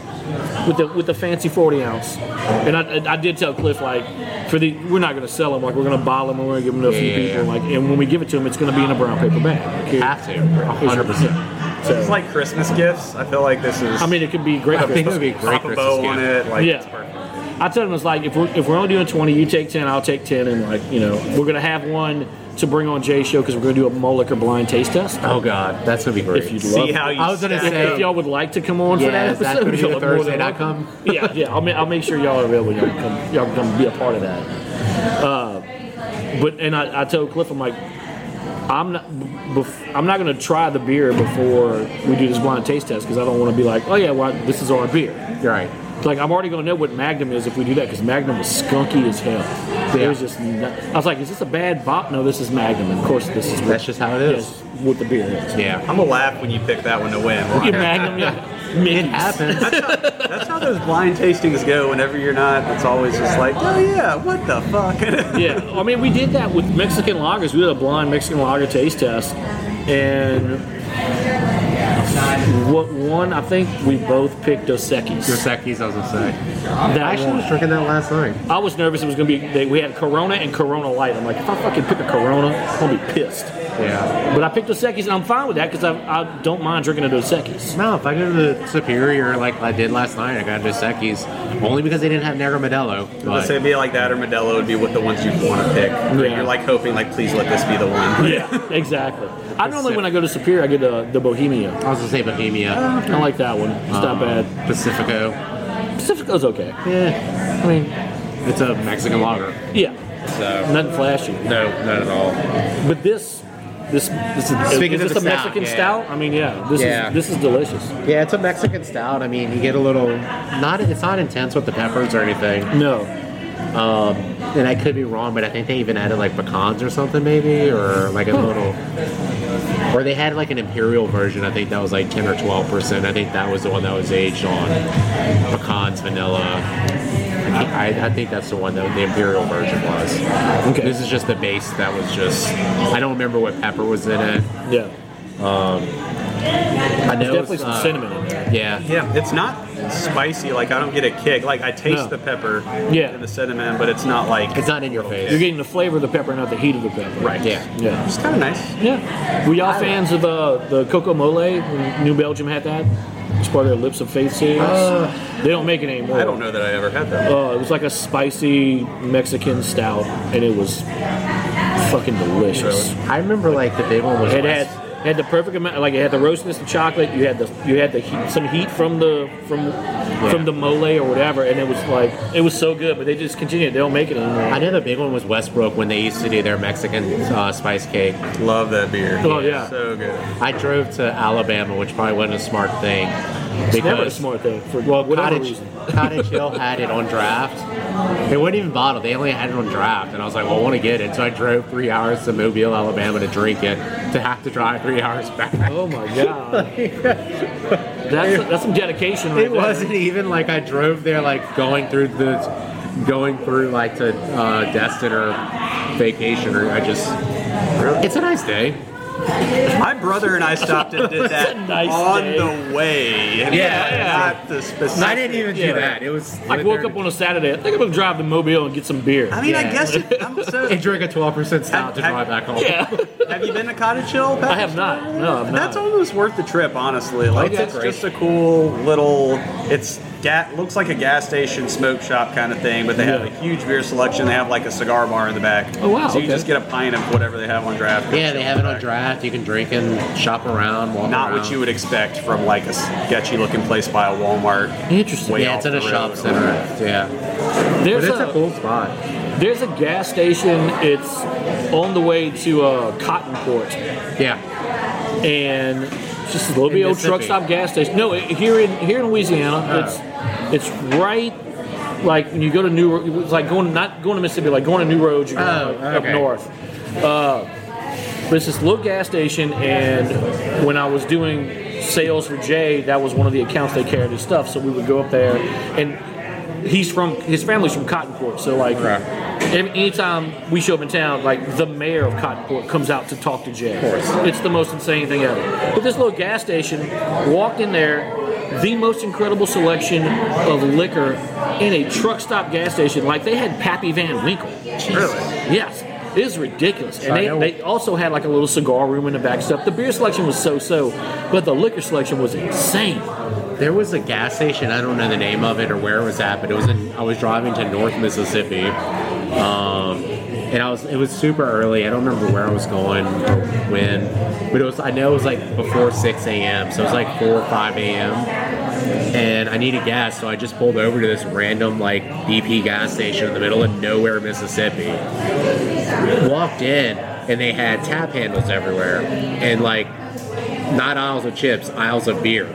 S2: With the with the fancy forty ounce, and I, I- I did tell Cliff like for the we're not going to sell them like we're going to bottle them and we're going to give them to a few
S3: Yeah, yeah,
S2: people like and when we give it to them it's going to be in a brown paper bag. Okay.
S3: Have to. 100%.
S4: It's like Christmas gifts. I feel like this is.
S2: I mean, it could be great.
S3: I think it would be great
S4: pop a
S3: Christmas
S4: bow on
S3: gift.
S4: it. Like,
S2: Yeah.
S4: it's perfect.
S2: I told him it's like if we're if we're only doing twenty, you take ten, I'll take ten, and like you know we're gonna have one to bring on Jay's show because we're gonna do a mole liquor blind taste test.
S3: Oh god, that's gonna be great.
S2: If you'd love,
S4: See how you
S3: I was gonna
S4: stack
S3: say-
S4: up.
S2: if y'all would like to come on for
S3: yeah,
S2: that
S3: is that
S2: episode,
S3: gonna be
S2: y'all
S3: the
S2: are more than
S3: Thursday I
S2: welcome.
S3: come?
S2: yeah, yeah. I'll make, I'll make sure y'all are available. Y'all can come, y'all can come be a part of that. Uh, but and I, I told Cliff, I'm like, I'm not, bef- I'm not gonna try the beer before we do this blind taste test because I don't want to be like, oh yeah, well this is our beer.
S3: You're right.
S2: Like I'm already gonna know what Magnum is if we do that because Magnum was skunky as hell. It was just, not- I was like, is this a bad bot? No, this is Magnum. And of course, this is
S3: That's just how it is.
S2: yes, what the beer is.
S3: Yeah.
S4: I'm gonna laugh when you pick that one to win.
S2: Yeah, Magnum, yeah. Mickey's.
S4: That's how those blind tastings go. Whenever you're not, it's always just like, oh yeah, what the fuck?
S2: Yeah, I mean, we did that with Mexican lagers. We did a blind Mexican lager taste test, and what one? I think we both picked Dos Equis.
S3: Secchi's, I was gonna say.
S2: That
S3: I actually was
S2: one.
S3: drinking that last night.
S2: I was nervous it was gonna be. They, we had Corona and Corona Light. I'm like, if I fucking pick a Corona, I'm gonna be pissed.
S3: Yeah.
S2: But I picked Dos Equis, and I'm fine with that because I, I don't mind drinking a Dos Equis.
S3: No, if I go to the Superior like I did last night, I got to Secchi's only because they didn't have Negro Modelo.
S4: Let's say
S3: But
S4: it'd be like that or Modelo would be what the ones you want to pick.
S2: Yeah.
S4: You're like hoping, like, please let this be the one.
S2: Yeah, exactly. I normally when I go to Superior, I get the, the Bohemia.
S3: I was gonna say Bohemia, um,
S2: I like that one. Oh, It's not
S3: Uh-huh.
S2: bad.
S3: Pacifico.
S2: Pacifico's okay. Yeah, I mean,
S3: It's a Mexican lager.
S2: yeah,
S3: So
S2: nothing flashy.
S3: no, not at all.
S2: But this, this, this is,
S3: Speaking
S2: is this
S3: to the
S2: a
S3: stout,
S2: Mexican
S3: yeah.
S2: stout? I mean, yeah, this
S3: Yeah.
S2: is this is delicious.
S3: Yeah, it's a Mexican stout. I mean, you get a little not. It's not intense with the peppers or anything.
S2: No,
S3: And I could be wrong, but I think they even added like pecans or something, maybe, or like a little. Or they had like an imperial version. I think that was like ten or twelve percent. I think that was the one that was aged on pecans, vanilla. I, I, I think that's the one that the imperial version was.
S2: Okay.
S3: This is just the base that was just. I don't remember what pepper was in it.
S2: yeah,
S3: I
S2: there's
S3: know
S2: definitely
S3: it's,
S2: some
S3: uh,
S2: cinnamon in there.
S3: Yeah.
S4: Yeah, it's not spicy. Like, I don't get a kick. Like, I taste
S2: No.
S4: the pepper
S2: Yeah.
S4: and the cinnamon, but it's not like.
S3: It's not in your
S2: You're
S3: face.
S2: getting the flavor of the pepper, not the heat of the pepper.
S3: Right. Yeah.
S2: Yeah.
S4: It's kind of nice.
S2: Yeah. Were y'all fans of uh, the Coco Mole when New Belgium had that? It's part of their Lips of Faith series. they don't make it anymore.
S4: I don't know that I ever had
S3: Oh.
S4: that.
S2: Uh, it was like a spicy Mexican stout, and it was fucking delicious.
S3: I remember like the big one was.
S2: It had
S3: West-
S2: had the perfect amount. Like it had the roastiness of chocolate. You had the you had the heat, some heat from the from from the mole or whatever, and it was like it was so good. But they just continued. They don't make it
S3: I
S2: anymore.
S3: know the big one was Westbrook when they used to do their Mexican uh, spice cake.
S4: Love that beer.
S2: Oh, yeah.
S4: So good.
S3: I drove to Alabama, which probably wasn't a smart thing. Because
S2: It's never a smart thing for well, whatever
S3: Cottage,
S2: reason.
S3: Cottage Hill had it on draft. They wouldn't even bottle. They only had it on draft, and I was like, "Well, I want to get it." So I drove three hours to Mobile, Alabama, to drink it. To have to drive three hours back.
S2: Oh my god, that's that's some dedication. Right
S3: it wasn't even like I drove there, like going through the, going through like to uh, Destin or vacation, or I just. It's a nice day.
S4: My brother and I stopped and did that
S2: nice
S4: on
S2: day.
S4: the way. And
S3: Yeah,
S4: not-
S3: yeah.
S4: Not the specific.
S3: I didn't even
S2: Yeah.
S3: do that. It was
S2: I woke up on a Saturday. I think I'm gonna drive to Mobile and get some beer.
S4: I mean, I
S3: Yeah.
S4: guess it, I'm so.
S3: and drink a twelve percent stout to
S4: I- I-
S3: drive back home.
S2: yeah,
S4: Have you been to Cottage Hill?
S2: I have not. No, I've not.
S4: That's almost worth the trip, honestly. Like
S3: it's
S4: it's
S3: great.
S4: just a cool little. It's ga- looks like a gas station smoke shop kind of thing, but they have
S2: Yeah.
S4: a huge beer selection. They have like a cigar bar in the back.
S2: Oh, wow,
S4: So you
S2: okay.
S4: just get a pint of whatever they have on draft.
S3: Yeah, they have it on draft. You can drink and shop around, walk
S4: Not
S3: around.
S4: what you would expect from like a sketchy-looking place by a Walmart.
S2: Interesting.
S4: Way
S3: Yeah,
S4: off
S3: it's in
S4: the
S3: a
S4: road
S3: shop
S4: or
S3: center.
S4: whatever.
S3: Yeah, but
S2: There's
S3: it's a cool spot.
S2: There's a gas station. It's on the way to uh, Cottonport,
S3: Yeah,
S2: and it's just a little bit old
S3: Mississippi.
S2: truck stop gas station. No, it- here in here in Louisiana, it's it's right. Like when you go to New, Ro- it's like going not going to Mississippi, like going to New Roads. You're going
S3: Oh,
S2: up-
S3: okay.
S2: up north. Uh, but it's this little gas station, and when I was doing sales for Jay, that was one of the accounts they carried his stuff. So we would go up there, and he's from his family's from Cottonport. So like, any anytime we show up in town, like the mayor of Cottonport comes out to talk to Jay. Of course, it's the most insane thing ever. But this little gas station walked in there. The most incredible selection of liquor in a truck stop gas station. Like they had Pappy Van Winkle. Yes. It is ridiculous. And
S3: know.
S2: they, they also had like a little cigar room in the back stuff. The beer selection was so so, but the liquor selection was insane.
S3: There was a gas station. I don't know the name of it or where it was at, but it was. In, I was driving to North Mississippi, um, and I was. It was super early. I don't remember where I was going or when, but it was. I know it was like before six a.m. So it was like four or five a.m. And I needed gas, so I just pulled over to this random like BP gas station in the middle of nowhere, Mississippi walked in and they had tap handles everywhere and like not aisles of chips, aisles of beer.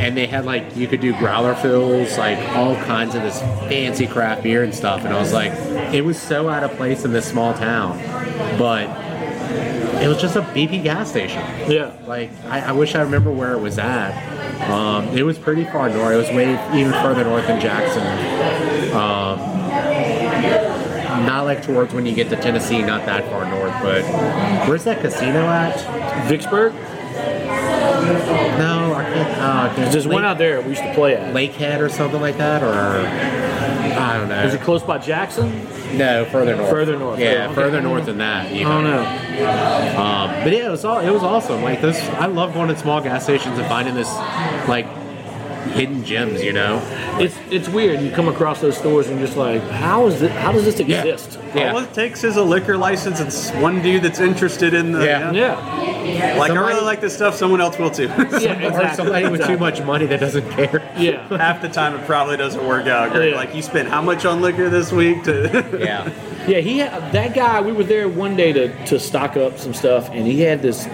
S3: And they had like you could do growler fills, like all kinds of this fancy craft beer and stuff. And I was like, it was so out of place in this small town, but it was just a BP gas station.
S2: Yeah.
S3: Like I, I wish I remember where it was at. Um, it was pretty far north. It was way even further north than Jackson. Um, not like towards when you get to Tennessee, not that far north. But where's that casino at?
S2: Vicksburg?
S3: No, I can't. Oh, I can't.
S2: There's one out there we used to play at.
S3: Lakehead or something like that, or I don't
S2: Is it
S3: know.
S2: close by Jackson?
S3: No, further north.
S2: Further north.
S3: Yeah,
S2: Okay.
S3: further north than that.
S2: I
S3: Even.
S2: don't know.
S3: Um, but yeah, it was all it was awesome. Like this, I love going to small gas stations and finding this like hidden gems. You know.
S2: It's it's weird. You come across those stores and you're just like, how is it? How does this exist?
S3: Yeah.
S4: All it takes is a liquor license and s- one dude that's interested in the.
S3: Yeah.
S2: Yeah.
S4: Like, I
S3: Somebody-
S4: really like this stuff, someone else will too.
S2: Yeah.
S3: Or somebody with too
S2: exactly.
S3: much money that doesn't care.
S2: Yeah.
S4: Half the time it probably doesn't work out great.
S2: Yeah.
S4: Like, you spent how much on liquor this week to.
S3: Yeah.
S2: Yeah, he had, that guy. We were there one day to to stock up some stuff, and he had this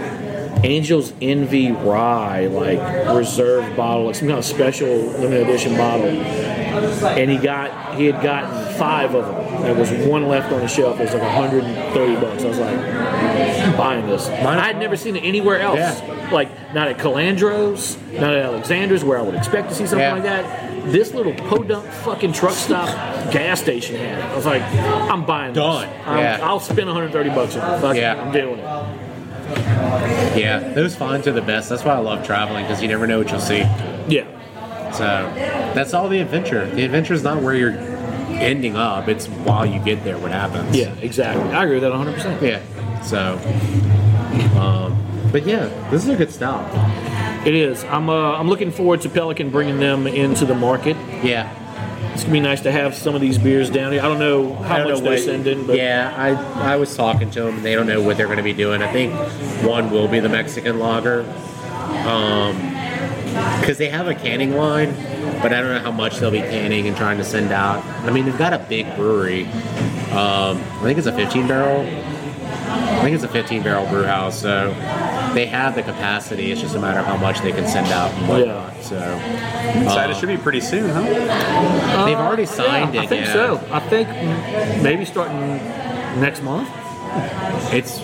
S2: Angel's Envy rye, like reserve bottle, like some kind of special limited edition bottle. And he got he had gotten five of them. There was one left on the shelf. It was like 130 bucks. I was like, I'm buying this. I had never seen it anywhere else.
S3: Yeah.
S2: Like not at Calandro's, not at Alexander's, where I would expect to see something
S3: Yeah.
S2: like that. This little podunk fucking truck stop gas station had it. I was like, I'm buying this.
S3: Done.
S2: I'm-
S3: Yeah.
S2: I'll spend 130 bucks on it. Fuck it.
S3: Yeah.
S2: I'm doing it.
S3: Yeah. Those finds are the best. That's why I love traveling because you never know what you'll see.
S2: Yeah.
S3: So that's all the adventure. The adventure's not where you're ending up. It's while you get there what happens.
S2: Yeah, exactly. I agree with that 100%.
S3: Yeah. So. Um, but yeah, this is a good stop.
S2: It is. I'm uh, I'm looking forward to Pelican bringing them into the market.
S3: Yeah.
S2: It's gonna be nice to have some of these beers down here. I don't know how
S3: I don't
S2: much
S3: know
S2: they're
S3: what-
S2: sending, but
S3: yeah, I I was talking to them, and they don't know what they're going to be doing. I think one will be the Mexican lager, because they have a canning line, but I don't know how much they'll be canning and trying to send out. I mean, they've got a big brewery. Um, I think it's a 15 barrel. I think it's a 15 barrel brew house, so they have the capacity. It's just a matter of how much they can send out and whatnot. So um,
S4: Excited,
S3: Uh,
S4: should be pretty soon, huh?
S3: they've already signed
S2: Uh, Yeah,
S3: it.
S2: I think
S3: yeah.
S2: so. I think maybe starting next month.
S3: it's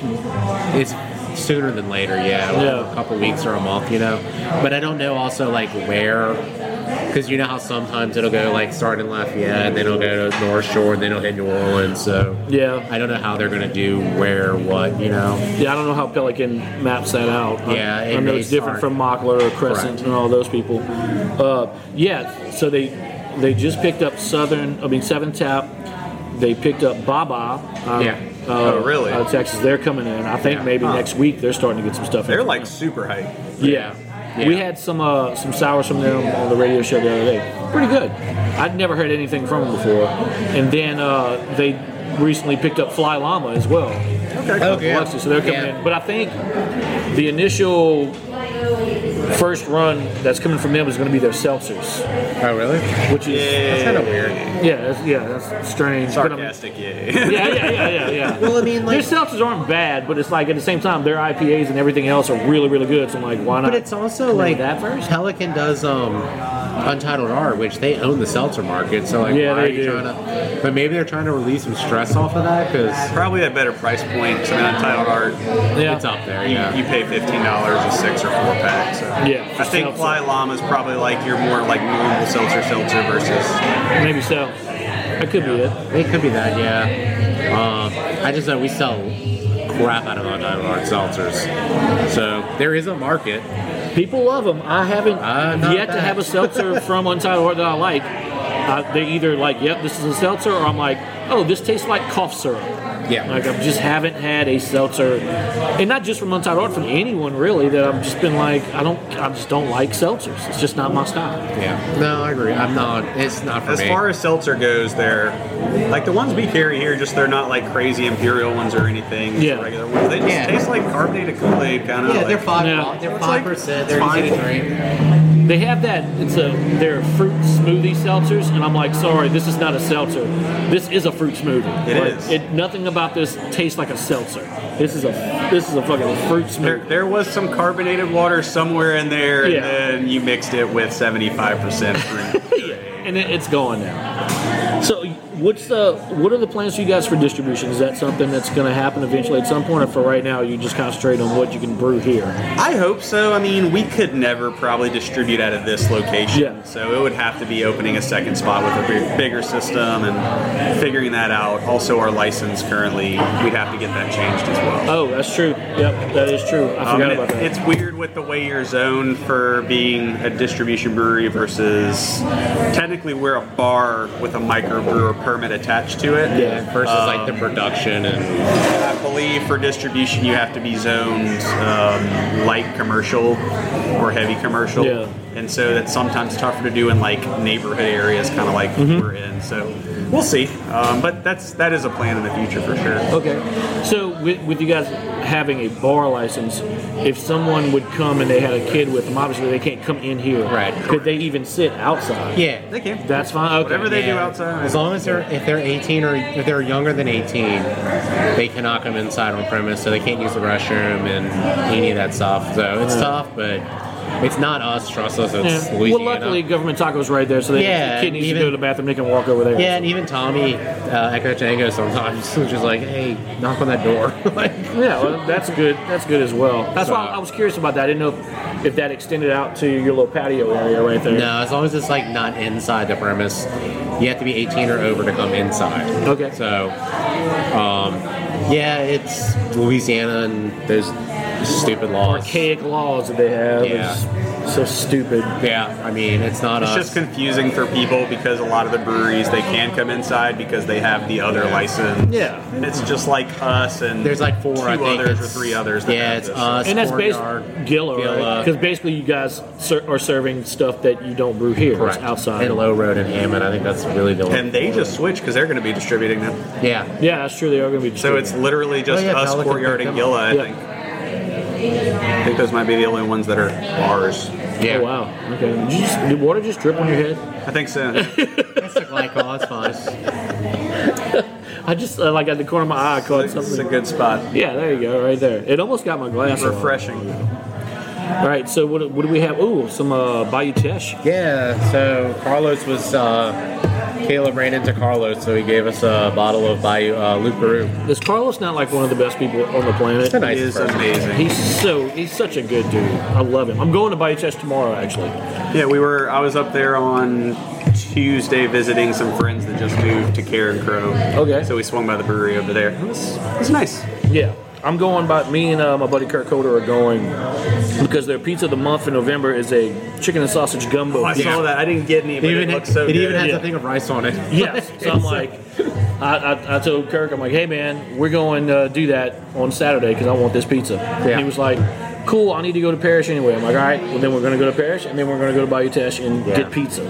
S3: it's sooner than later yeah, like
S2: Yeah.
S3: a couple weeks or a month you know but i don't know also like where because you know how sometimes it'll go like start in lafayette and then it'll go to north shore and then it'll hit new orleans so
S2: Yeah.
S3: i don't know how they're gonna do where what you know
S2: Yeah, I don't know how Pelican maps that out. I-
S3: Yeah,
S2: I,
S3: it
S2: know
S3: may
S2: it's different
S3: start-
S2: from Mockler or Crescent
S3: Correct.
S2: and all those people. Uh, yeah, so they they just picked up Southern. I mean, Seven Tap. They picked up Baba. Uh,
S3: Yeah.
S2: Uh,
S4: Oh, really?
S2: Out of Texas, they're coming in. I think
S3: Yeah.
S2: maybe
S4: Huh.
S2: next week they're starting to get some stuff. in
S4: They're
S2: from
S4: like
S2: them.
S4: super hype.
S2: yeah.
S3: Yeah.
S2: We had some uh, some sours from them on the radio show the other day. Pretty good. I'd never heard anything from them before, and then uh, they recently picked up Fly Llama as well.
S4: Okay, cool.
S3: Okay.
S2: Biloxi, so they're coming
S3: Yeah.
S2: in. But I think the initial first run that's coming from them is going to be their seltzers,
S3: oh really
S2: which is
S3: that's kind of weird
S2: yeah, that's, yeah, that's strange. but I'm-
S4: Sarcastic, yeah.
S2: yeah, yeah, yeah, yeah, yeah. well, I mean, their seltzers aren't bad, but it's like at the same time their IPAs and everything else are really, really good. So I'm like, why not?
S3: but it's also
S2: Remember
S3: like
S2: that first.
S3: pelican does um untitled art which they own the seltzer market so like
S2: Yeah,
S3: why
S2: they
S3: are you
S2: do.
S3: trying to but maybe they're trying to release some stress off of that because
S4: Probably a better price point. 'cause I mean, Untitled Art,
S2: Yeah.
S3: it's up there
S4: you,
S3: yeah
S4: you pay $15 a six or four pack, so.
S2: Yeah,
S4: I think Fly Llama is probably like your more like normal seltzer seltzer versus.
S2: Maybe so. That could be it.
S3: It could be that, yeah. Um, I just know we sell crap out of our hard seltzers, so there is a market.
S2: People love them. I haven't
S3: Uh, not
S2: yet to
S3: that.
S2: have a seltzer from Untitled Heart that I like. Uh, they either like, yep, this is a seltzer, or I'm like, oh, this tastes like cough syrup.
S3: Yeah.
S2: Like I just haven't had a seltzer, and not just from Untitled Heart, from anyone really. That I've just been like, I don't, I just don't like seltzers. It's just not my style.
S3: Yeah. No, I agree. I'm not. It's not for
S4: As
S3: me.
S4: far as seltzer goes, they're like the ones we carry here. Just they're not like crazy imperial ones or anything. just
S2: Yeah.
S4: regular ones. They just
S5: Yeah.
S4: taste like carbonated Kool Aid kind of.
S5: Yeah, they're five.
S2: Yeah.
S5: They're
S4: It's like-
S5: five percent. They're
S4: it's
S5: easy to
S4: fine.
S5: drink.
S2: They have that. It's a they're fruit smoothie seltzers, and I'm like, sorry, this is not a seltzer. This is a fruit smoothie.
S4: It
S2: Like,
S4: is.
S2: It, nothing about this tastes like a seltzer. This is a this is a fucking fruit
S4: There,
S2: smoothie.
S4: there was some carbonated water somewhere in there,
S2: Yeah.
S4: and then you mixed it with 75% fruit.
S2: and it, it's gone now. So, what's the what are the plans for you guys for distribution? Is that something that's going to happen eventually at some point, or for right now you just concentrate on what you can brew here?
S4: I hope so. I mean, we could never probably distribute out of this location.
S2: Yeah.
S4: So it would have to be opening a second spot with a big, bigger system and figuring that out. Also, our license currently, we'd have to get that changed as well.
S2: Oh, that's true. Yep, that is true. I
S4: Um,
S2: forgot
S4: and
S2: about
S4: it-
S2: that.
S4: It's weird with the way you're zoned for being a distribution brewery versus technically we're a bar with a microbrewer permit attached to it.
S2: Yeah.
S3: versus
S5: Um,
S3: like the production and
S4: I believe for distribution, you have to be zoned um, light commercial or heavy commercial.
S2: Yeah.
S4: And so that's sometimes tougher to do in like neighborhood areas, kind of like
S2: Mm-hmm.
S4: we're in. So we'll see. Um, but that's that is a plan in the future for
S2: Oh.
S4: sure.
S2: Okay. So, with, with you guys having a bar license, if someone would come and they had a kid with them, obviously they can't come in here.
S3: Right.
S2: Could they even sit outside?
S5: Yeah.
S4: They can.
S2: That's fine. Okay.
S4: Whatever they do
S3: Yeah.
S4: outside.
S3: as long as they're if they're 18 or if they're younger than 18, they cannot come inside on premise, so they can't use the restroom and any of that stuff. So it's tough, but it's not us. Trust us. It's
S2: Yeah. Well,
S3: Louisiana.
S2: luckily, government taco's right there, so they
S3: Yeah,
S2: if the kid needs
S3: even-
S2: to go to the bathroom. They can walk over there.
S3: Yeah, and even Tommy uh, Echo Tango sometimes was just like, "Hey, knock on that door." like,
S2: Yeah, well, that's good. That's good as well. That's why I was curious about that. I didn't know if, if that extended out to your little patio area right there.
S3: no, as long as it's like not inside the premise, you have to be 18 or over to come inside.
S2: Okay.
S3: So, um, yeah, it's Louisiana and those stupid laws.
S2: Archaic laws that they have.
S3: Yeah.
S2: Is so stupid.
S3: Yeah, I mean, it's not
S4: It's
S3: us.
S4: just confusing for people because a lot of the breweries they can come inside because they have the other license.
S2: Yeah.
S4: And it's just like us and
S3: There's like four,
S4: two
S3: I think.
S4: others or
S3: it's-
S4: three others. That
S3: Yeah,
S4: have
S3: it's
S4: this.
S3: us.
S2: and that's based
S3: Courtyard,
S2: Gila,
S3: Gila,
S2: Because basically, you guys ser- are serving stuff that you don't brew here.
S3: correct.
S2: It's outside.
S3: and Low Road and Hammond. I think that's really the one.
S4: And they just switch because they're going to be distributing them.
S3: yeah,
S2: Yeah, that's true. They are going to be.
S4: So it's literally just
S3: Oh, yeah,
S4: us,
S3: Pelican
S4: Courtyard,
S3: picked
S4: and
S3: them
S4: Gila, I
S2: Yeah.
S4: think. I think those might be the only ones that are bars.
S3: yeah.
S2: Oh, wow. Okay. Did, you just, did water just drip on your head?
S4: I think so.
S3: oh, That's the glycol. It's fine.
S2: I just uh, like at the corner of my eye I caught
S4: it's a
S2: something.
S4: good spot.
S2: Yeah, there you go, right there. It almost got my glass. off.
S4: Refreshing.
S2: All right, so what, what do we have? Ooh, some uh, Bayou Teche.
S3: Yeah, so Carlos was. Uh, Caleb ran into Carlos, so he gave us a bottle of Bayou uh, Luke Peru.
S2: Is Carlos not like one of the best people on the planet?
S3: It's a nice
S4: It is
S3: person.
S4: amazing.
S2: He's so he's such a good dude. I love him. I'm going to Bayou Teche tomorrow, actually.
S4: Yeah, we were. I was up there on Tuesday visiting some friends that just moved to Karen Crow.
S2: Okay.
S4: So we swung by the brewery over there. It was, it was nice.
S2: Yeah, I'm going. By me and uh, my buddy Kurt Coder are going because their pizza of the month in November is a chicken and sausage gumbo.
S4: I saw that. I didn't get any,
S3: It
S4: but
S3: even,
S4: it
S3: it,
S4: looks so good.
S3: even has
S2: Yeah.
S3: a thing of rice on it.
S2: Yes. So I'm
S3: It's
S2: like, I, I, I told Kirk, I'm like, hey man, we're going to do that on Saturday because I want this pizza. And he was like, cool, I need to go to Parish anyway. I'm like, all right, well, then we're going to go to Parish and then we're going to go to Bayou Teche and
S3: Yeah.
S2: get pizza.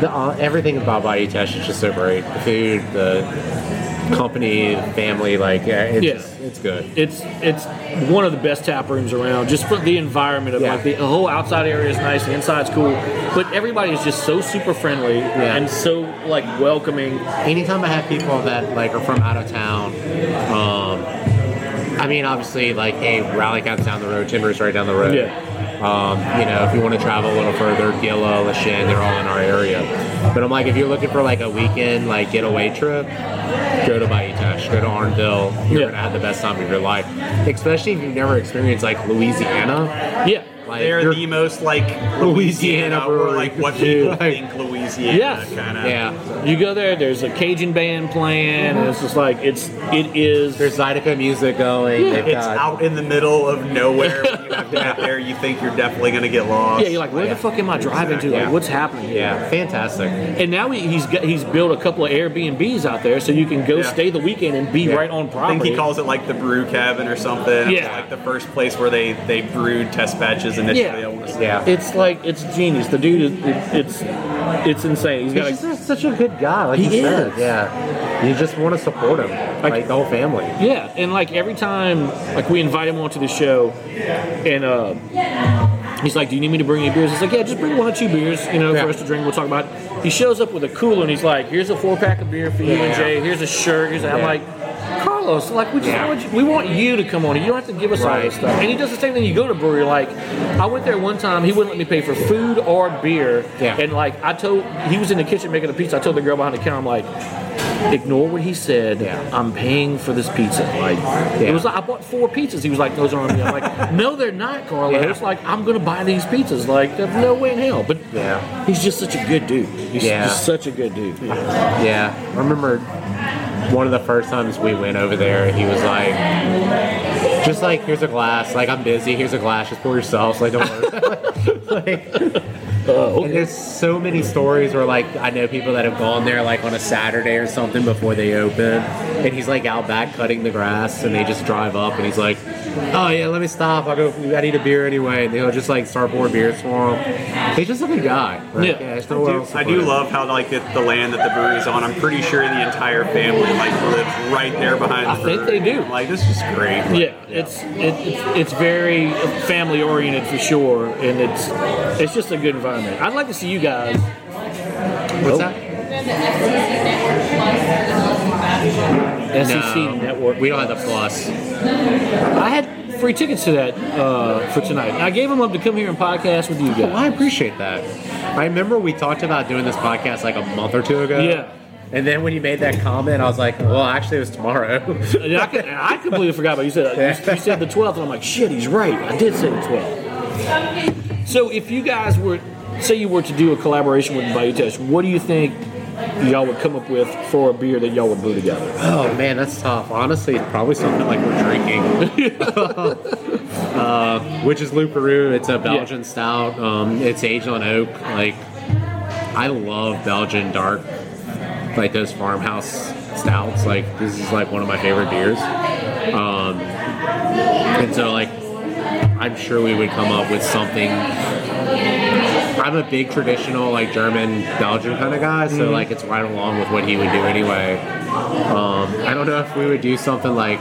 S3: The, uh, everything about Bayou Tesh is just so great. The food, the company, the family, like yeah, it's,
S2: Yeah.
S3: just- it's good.
S2: It's it's one of the best tap rooms around, just for the environment of
S3: Yeah.
S2: like the whole outside area is nice, the inside's cool, but everybody is just so super friendly and so like welcoming.
S3: Anytime I have people that like are from out of town, um, I mean, obviously, like hey, Raleigh County's down the road, Timbers right down the road.
S2: Yeah.
S3: Um, you know, if you want to travel a little further, Gila, Lachine, they're all in our area. But I'm like, if you're looking for like a weekend like getaway trip, go to Bayou Teche, go to Arndale. You're
S2: Yeah.
S3: gonna have the best time of your life, especially if you've never experienced like Louisiana.
S2: Yeah.
S3: Like,
S4: They're
S3: you're-
S4: the most like
S2: Louisiana
S4: Louisiana, or
S2: brewery.
S4: like what
S2: Dude.
S4: people think Louisiana
S2: Yes.
S4: kind of.
S3: yeah.
S2: You go there, there's a Cajun band playing, and it's just like it's it is.
S3: There's Zydeco music going. They've
S4: It's
S3: got-
S4: out in the middle of nowhere. when you have to get there. You think you're definitely gonna get lost.
S2: yeah, you're like, where
S3: Yeah.
S2: the fuck am I driving to? Like,
S3: Yeah.
S2: what's happening? here?
S3: Yeah, fantastic.
S2: And now he, he's got, he's built a couple of Airbnbs out there, so you can go
S4: Yeah.
S2: stay the weekend and be right on
S4: I
S2: property.
S4: think he calls it like the brew cabin or something. It was,
S2: Yeah.
S4: like the first place where they they brewed test batches initially.
S2: Yeah.
S4: I wanna say.
S3: Yeah.
S2: It's like it's genius. The dude, is, it, it's it's insane. He's got
S3: He's
S2: a,
S3: just such a good guy. Like
S2: He
S3: you said,
S2: is.
S3: yeah. You just want to support him, like, the whole family.
S2: yeah, and like every time, like we invite him onto the show, and uh, he's like, "Do you need me to bring any beers?" He's like, "Yeah, just bring one or two beers, you know,
S3: Yeah.
S2: for us to drink. We'll talk about." It. He shows up with a cooler, and he's like, "Here's a four pack of beer for you and
S3: Yeah.
S2: Jay. Here's a shirt. Here's a-" I'm
S3: Yeah.
S2: like, Carlos, like we just
S3: Yeah.
S2: want you, we want you to come on. You don't have to give us all
S3: Right.
S2: this stuff." And he does the same thing. You go to a brewery, like I went there one time. He wouldn't let me pay for food or beer,
S3: Yeah.
S2: and like I told, he was in the kitchen making a pizza. I told the girl behind the counter, I'm like. Ignore what he said. I'm paying for this pizza. Like it was like I bought four pizzas. He was like, "Those aren't." me." I'm like, "No, they're not, Carlos.
S3: Yeah.
S2: Like I'm gonna buy these pizzas. Like there's no way in hell." But
S3: Yeah.
S2: he's just such a good dude. He's
S3: Yeah.
S2: just such a good dude.
S3: Yeah, I remember one of the first times we went over there, he was like, just like, here's a glass. Like, I'm busy. Here's a glass. Just pour yourself. Like, don't worry. like,
S4: Uh,
S3: And there's so many stories where, like, I know people that have gone there, like, on a Saturday or something before they open. And he's, like, out back cutting the grass, and they just drive up, and he's like, oh, yeah, let me stop. I'll go, I need a beer anyway. And they'll just, like, start pouring beers for him. He's just a good guy. Like,
S2: Yeah.
S3: it's
S4: I
S3: no
S4: do,
S3: else to
S4: I
S3: put
S4: do
S3: it.
S4: love how like the, the land that the brewery's on. I'm pretty sure the entire family like lives right there behind.
S2: I
S4: the
S2: think
S4: brewery.
S2: they do.
S4: I'm Like this is great.
S2: Yeah, it's it, it's it's very family oriented for sure, and it's it's just a good environment. I'd like to see you guys.
S3: What's
S2: Oh.
S3: that?
S2: SEC E Network.
S3: We don't have the plus.
S2: I had free tickets to that uh, for tonight. And I gave them up to come here and podcast with you
S3: Well,
S2: guys.
S3: I appreciate that. I remember we talked about doing this podcast like a month or two ago.
S2: Yeah.
S3: And then when you made that comment, I was like, well, actually, it was tomorrow.
S2: And I, could- and I completely forgot about you said you, you said the 12th, and I'm like, shit, he's right. I did say the 12th. So if you guys were, say you were to do a collaboration with Bayou Test, what do you think y'all would come up with for a beer that y'all would brew together?
S3: oh, man, that's tough. Honestly, it's probably something like we're drinking, uh, which is Luperu. It's a Belgian stout. Um, it's aged on oak. Like, I love Belgian dark, like those farmhouse stouts. Like, this is like one of my favorite beers. Um, and so, like, I'm sure we would come up with something. I'm a big traditional, like German, Belgian kind of guy, so like it's right along with what he would do anyway. Um, I don't know if we would do something like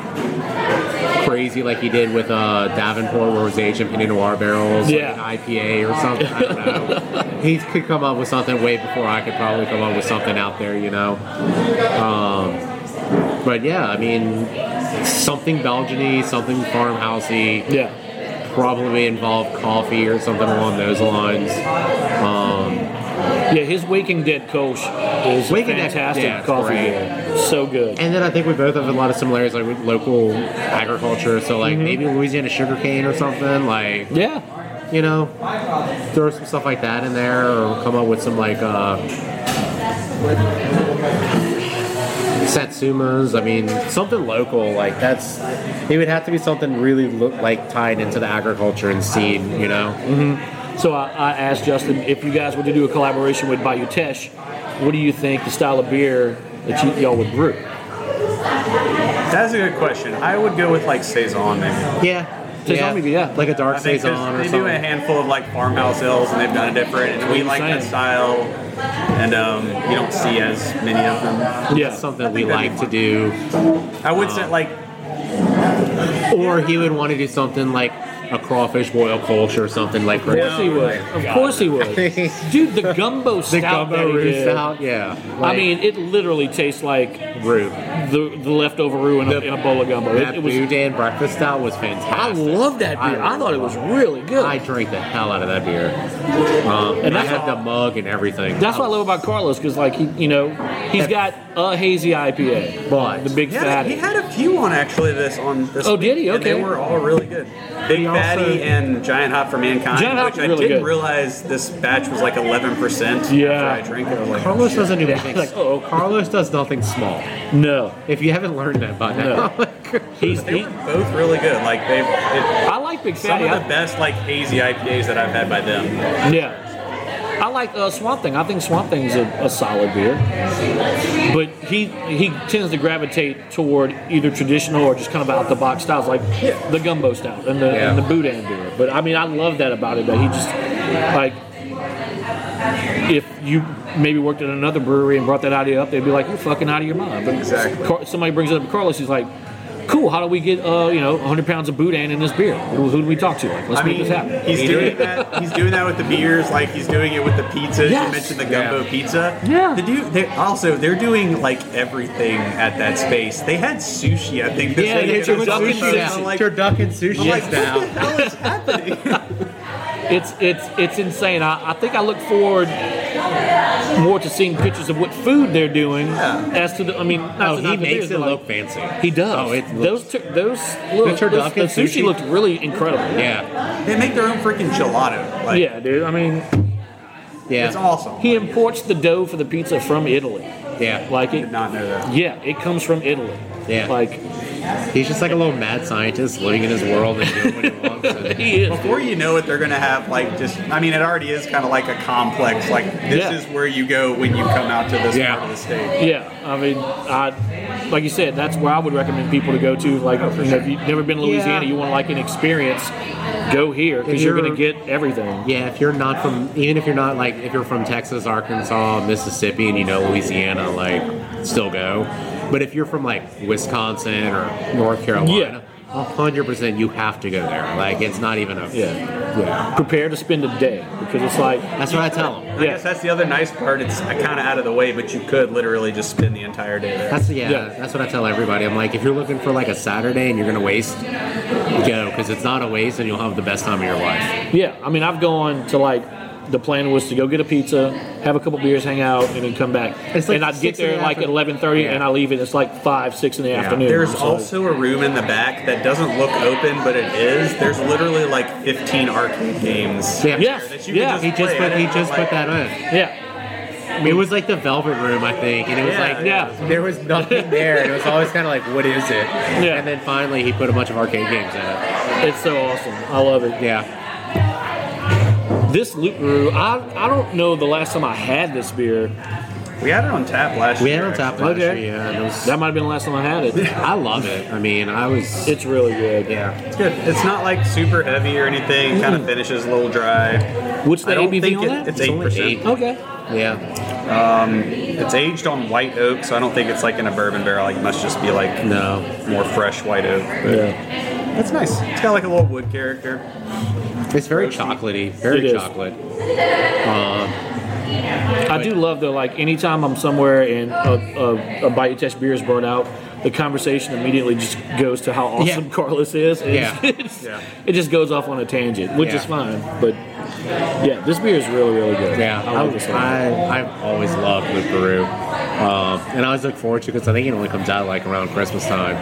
S3: crazy like he did with uh, Davenport, where it was aged in Pinot Noir barrels,
S2: Yeah.
S3: like an IPA or something. I don't know. he could come up with something way before I could probably come up with something out there, you know. Um, but yeah, I mean, something Belgian-y, something farmhousey
S2: Yeah.
S3: probably involve coffee or something along those lines. Um,
S2: Yeah, his Waking Dead Kolsch is
S3: Waking
S2: a
S3: Dead-
S2: fantastic
S3: yeah, it's
S2: coffee
S3: great.
S2: beer. So good.
S3: and then I think we both have a lot of similarities like with local agriculture. So like maybe Louisiana sugarcane or something like
S2: Yeah.
S3: you know throw some stuff like that in there or come up with some like uh, satsumas. I mean something local like that's it would have to be something really lo- like tied into the agriculture and seed. You know.
S2: So I, I asked Justin if you guys were to do a collaboration with Bayou Tesh, what do you think the style of beer that you, y'all would brew?
S4: That's a good question. I would go with like saison maybe.
S3: Yeah.
S2: Saison maybe, yeah.
S3: Like a dark
S4: I think 'cause
S3: saison or
S4: they
S3: something.
S4: do a handful of like farmhouse ales and they've done it different, and we like that
S2: Same.
S4: style. And um, you don't see as many of them.
S2: Yeah.
S3: That's something we like to do.
S4: I would say like
S3: Or he would want to do something like a crawfish boil culture or something like
S2: Of course he would. Of course he would. Dude, the gumbo
S3: The
S2: stout. that
S3: gumbo
S2: he
S3: roux
S2: did,
S3: stout, yeah.
S2: I mean, it literally tastes like
S3: roux.
S2: the, the leftover roux in a,
S3: The-
S2: in a bowl of gumbo. It,
S3: That
S2: it was.
S3: Boudin breakfast stout was
S2: I
S3: fantastic.
S2: love that beer. I, thought it was really good.
S3: I drank the hell out of that beer. Um, and I
S2: that's
S3: had
S2: all-
S3: the mug and everything.
S2: That's what I love about Carlos because, like, he, you know, he's got a hazy IPA,
S3: But-
S2: the big
S4: he had,
S2: fat.
S4: he had a few on actually this on this.
S2: Oh, did he?
S4: and they
S2: Okay.
S4: were all really good. Big
S3: He also
S4: Patty and Giant Hop for Mankind,
S2: Giant Hop's
S4: which I
S2: really
S4: didn't
S2: good.
S4: realize this batch was like 11%
S2: Yeah.
S4: after I drank it. I was like,
S3: Carlos
S4: "Oh, shit."
S3: doesn't do anything. Like, oh, Carlos does nothing small.
S2: No,
S3: If you haven't learned that by now,
S2: he's.
S4: They
S2: He,
S4: were both really good. Like they've it,
S2: I like Big
S4: some
S2: Fatty.
S4: of
S2: I-
S4: the best like hazy IPAs that I've had by them.
S2: Yeah. I like uh, Swamp Thing. I think Swamp Thing's a, a solid beer, but he he tends to gravitate toward either traditional or just kind of out the box styles, like the gumbo style and the
S6: Yeah.
S2: and the Boudin beer. But I mean, I love that about it that he just like if you maybe worked at another brewery and brought that idea up, they'd be like, "You're fucking out of your mind." But
S4: Exactly.
S2: Car- somebody brings it up to Carlos, he's like. Cool. How do we get uh, you know 100 pounds of boudin in this beer? Who, who do we talk to? Like, let's
S4: I
S2: make
S4: mean,
S2: this happen.
S4: he's doing that. He's doing that with the beers. Like he's doing it with the pizzas.
S2: Yes.
S4: You mentioned the gumbo
S6: Yeah.
S4: pizza.
S2: Yeah.
S4: The dude. They, also, they're doing like everything at that space. They had sushi. I think. This
S2: Yeah,
S4: weekend.
S2: they had your
S4: I saw
S2: duck and
S4: photos,
S2: sushi.
S4: I'm like,
S3: you're ducking
S4: I'm
S3: sushi
S4: like,
S3: now.
S4: what the hell is happening?
S2: It's it's it's insane. I, I think I look forward more to seeing pictures of what food they're doing as to the. I mean, not to
S3: Oh, he
S2: knock the
S3: makes
S2: beers,
S3: it
S2: but,
S3: look
S2: like,
S3: fancy.
S2: He does.
S3: Oh, it
S2: those
S3: looks-
S2: two, those look,
S3: turducken
S2: those, the sushi
S3: sushi-
S2: looked really incredible.
S3: Yeah,
S4: They make their own freaking gelato. Like,
S2: Yeah, dude. I mean,
S3: yeah,
S4: It's awesome.
S2: he imports the dough for the pizza from Italy.
S3: yeah.
S2: Like
S4: did
S2: it,
S4: not know that.
S2: yeah, it comes from Italy.
S3: Yeah.
S2: like
S3: He's just like a little mad scientist living in his world and doing what he wants. And
S2: he is.
S4: Before you know it, they're going to have like just. I mean, it already is kind of like a complex. Like this
S2: Yeah.
S4: is where you go when you come out to this
S3: Yeah.
S4: part of the state.
S2: Yeah, I mean, I like you said, that's where I would recommend people to go to. Like, you know, if you've never been to Louisiana,
S3: Yeah.
S2: you want like an experience, go here
S3: If
S2: because you're going to
S3: you're-
S2: get everything.
S3: Yeah, if you're not from, even if you're not like, if you're from Texas, Arkansas, Mississippi, and you know Louisiana, like, still go. But if you're from like Wisconsin or North Carolina, a hundred percent, you have to go there. Like, it's not even a.
S2: Yeah. Prepare to spend a day because it's like,
S3: That's what I tell them.
S4: I guess that's the other nice part. It's kind of out of the way, but you could literally just spend the entire day there.
S3: That's yeah,
S2: Yeah.
S3: That's what I tell everybody. I'm like, if you're looking for like a Saturday and you're gonna waste, go because it's not a waste, and you'll have the best time of your life.
S2: yeah. I mean, I've gone to like the plan was to go get a pizza, have a couple beers, hang out, and then come back.
S3: It's like
S2: and I get
S3: six in
S2: there
S3: the
S2: at like
S3: afternoon.
S2: eleven thirty,
S3: Yeah.
S2: and I leave it. It's like five, six in the afternoon.
S4: There's
S2: So-
S4: also a room in the back that doesn't look open, but it is. There's literally like 15 arcade games.
S3: Yeah.
S2: yes,
S4: that you can
S2: yeah,
S3: He just put he just put that in.
S2: yeah,
S3: It was like the Velvet Room, I think, and it was
S4: Yeah.
S3: like
S2: yeah.
S3: there was nothing there. and It was always kind of like, what is it?
S2: Yeah.
S3: And then finally, he put a bunch of arcade games in it.
S2: It's so awesome. I love it.
S3: Yeah.
S2: This Loop Brew, I, I don't know the last time I had this beer.
S4: We had it on tap last
S3: We
S4: year.
S3: had it on top
S4: actually.
S3: last year.
S2: Okay.
S3: Yeah. and it was-
S2: That might have been the last time I had it.
S3: I love it. I mean, I was.
S2: It's really good.
S3: yeah.
S4: It's good. It's not like super heavy or anything. It kind of finishes a little dry.
S2: What's the
S4: I don't
S2: ABV
S4: think
S2: on
S4: it-
S2: that?
S4: it's
S3: only
S4: 8%.
S3: eight.
S2: okay.
S3: Yeah.
S4: It's aged on white oak, so I don't think it's like in a bourbon barrel. Like, it must just be like
S3: No.
S4: more fresh white oak. But
S2: Yeah.
S4: That's nice. It's got like a little wood character.
S3: It's very chocolatey. Very
S2: It is.
S3: chocolate.
S2: I do love though, like anytime I'm somewhere and a, a, a Bayou Teche beer is brought out, the conversation immediately just goes to how awesome
S3: Yeah.
S2: Carlos is. and
S3: Yeah.
S2: it's-
S4: Yeah.
S2: It just goes off on a tangent, which is
S3: Yeah.
S2: fine. But yeah, this beer is really, really good.
S3: Yeah,
S2: I love this
S3: I,
S2: one.
S3: I, I've always loved Luke Peru. Um, and I always look forward to because I think it only comes out like around Christmas time.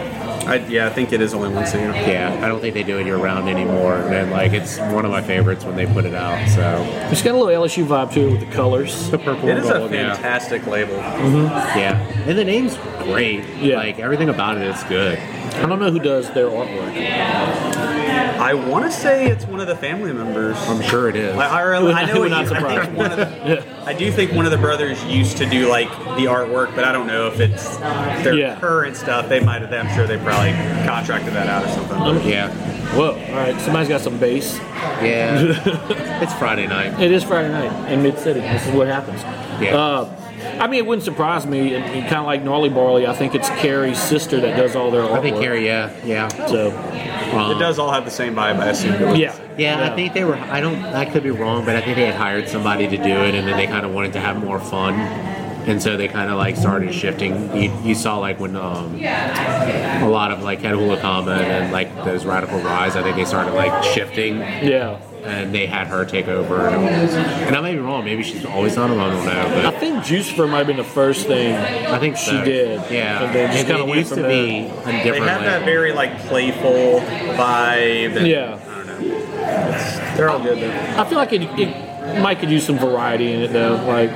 S4: I, yeah, I think it is only once a year.
S3: Yeah, I don't think they do it year round anymore. And like, it's one of my favorites when they put it out. So
S2: It's got a little LSU vibe to it with the colors.
S3: the purple
S4: It is a
S3: gold, yeah,
S4: fantastic label.
S3: yeah, and the name's great.
S2: Yeah.
S3: like everything about it is good.
S2: I don't know who does their artwork.
S4: I want to say it's one of the family members.
S3: I'm sure it is.
S4: I, I,
S2: We're
S4: really- I
S2: not-
S4: know
S2: we're
S4: it-
S2: not
S4: I think
S2: surprised.
S4: one of the- I do think one of the brothers used to do like the artwork, but I don't know if it's their
S2: Yeah.
S4: current stuff. They might have. I'm sure they probably contracted that out or something.
S3: Yeah,
S2: Whoa! All right, somebody's got some bass.
S3: yeah. it's Friday night.
S2: It is Friday night in mid city. This is what happens.
S3: Yeah.
S2: Uh, I mean, it wouldn't surprise me. And, and kind of like Gnarly Barley, I think it's Carrie's sister that does all their artwork.
S3: I think Carrie. Yeah, yeah.
S2: So
S4: it does all have the same vibe, I assume.
S2: yeah,
S3: Yeah, I think they were. I don't. I could be wrong, but I think they had hired somebody to do it, and then they kind of wanted to have more fun, and so they kind of like started shifting. You, you saw like when um, a lot of like Ketahula Kama and like those Radical Rise. I think they started like shifting,
S2: Yeah,
S3: and they had her take over. And I may be wrong. Maybe she's always on them. I don't
S2: I
S3: know,
S2: think Juice for might have been the first thing.
S3: but I think
S2: she
S3: so.
S2: did.
S3: Yeah,
S2: and then just
S3: it
S2: kind of went
S3: used
S2: from
S3: to
S2: there.
S3: be a
S4: They
S3: different.
S4: have that
S3: label.
S4: very like playful vibe. And
S2: Yeah.
S4: I don't know. They're all good though.
S2: I feel like it, it Mike could use some variety in it though. Like,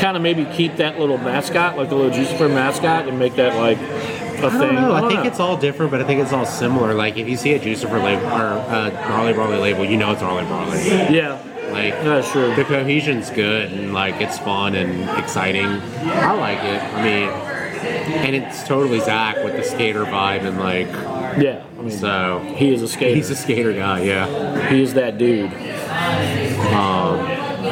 S2: kind of maybe keep that little mascot, like the little Jucifer mascot, and make that like a
S3: I
S2: thing.
S3: don't know. I,
S2: don't
S3: think
S2: know.
S3: it's all different, but I think it's all similar. Like if you see a Jucifer label or uh, Harley Brawley label, you know it's Harley Brawley.
S2: yeah,
S3: Like
S2: that's true.
S3: the cohesion's good and like it's fun and exciting. I like it. I mean, and it's totally Zach with the skater vibe and like
S2: Yeah, I mean,
S3: so.
S2: he is a skater.
S3: He's a skater guy. Yeah.
S2: he is that dude.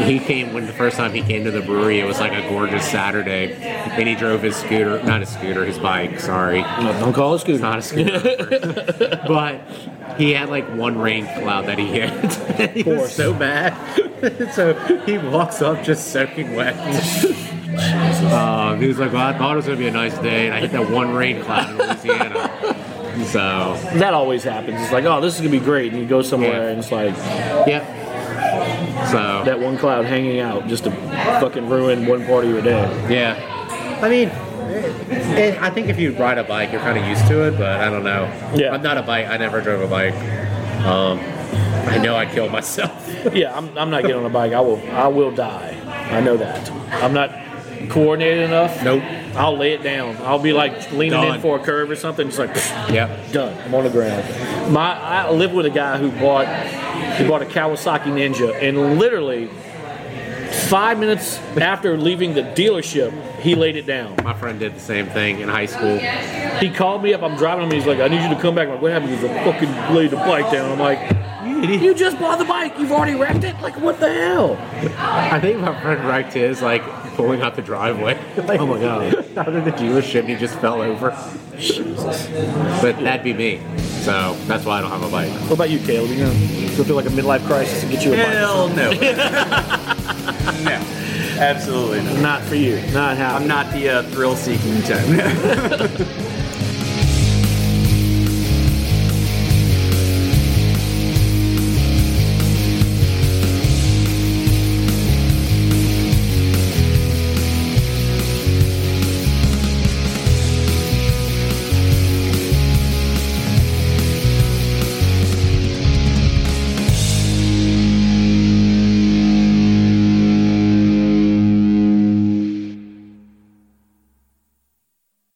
S3: He came when the first time he came to the brewery. It was like a gorgeous Saturday, and he drove his scooter, not his scooter, his bike. Sorry.
S2: No, don't call us good.
S3: It's not a scooter. but he had like one rain cloud that he hit. he was
S2: course.
S3: so bad. so he walks up just soaking wet. um, he was like, well, I thought it was going to be a nice day, and I hit that one rain cloud in Louisiana. so,
S2: That always happens. It's like, oh, this is gonna be great, and you go somewhere,
S3: Yeah.
S2: and it's like
S3: yeah. So,
S2: that one cloud hanging out just to fucking ruin one part of your day.
S3: yeah. I mean, it, I think if you ride a bike, you're kind of used to it, but I don't know.
S2: Yeah.
S3: I'm not a bike. I never drove a bike. Um, I know I killed myself.
S2: Yeah, I'm, I'm not getting on a bike. I will. I will die. I know that. I'm not coordinated enough.
S3: Nope.
S2: I'll lay it down. I'll be like leaning
S3: Done.
S2: in for a curve or something. It's like
S3: Yep.
S2: done. I'm on the ground. My I live with a guy who bought he bought a Kawasaki Ninja, and literally five minutes after leaving the dealership, he laid it down.
S3: My friend did the same thing in high school.
S2: He called me up. I'm driving him. He's like, "I need you to come back." I'm like, "What happened?" He's like, "Fucking laid the bike down." I'm like, "You just bought the bike. You've already wrecked it. Like, what the hell?"
S3: I think my friend wrecked his like pulling out the driveway. Like,
S2: Oh my God.
S3: Out of the dealership, and he just fell over. But that'd be me. So that's why I don't have a bike.
S2: What about you, Caleb? You gonna go through like a midlife crisis and get you a bike?
S4: Hell no. no, absolutely not.
S2: Not for you. Not happening.
S4: I'm not the uh, thrill-seeking type.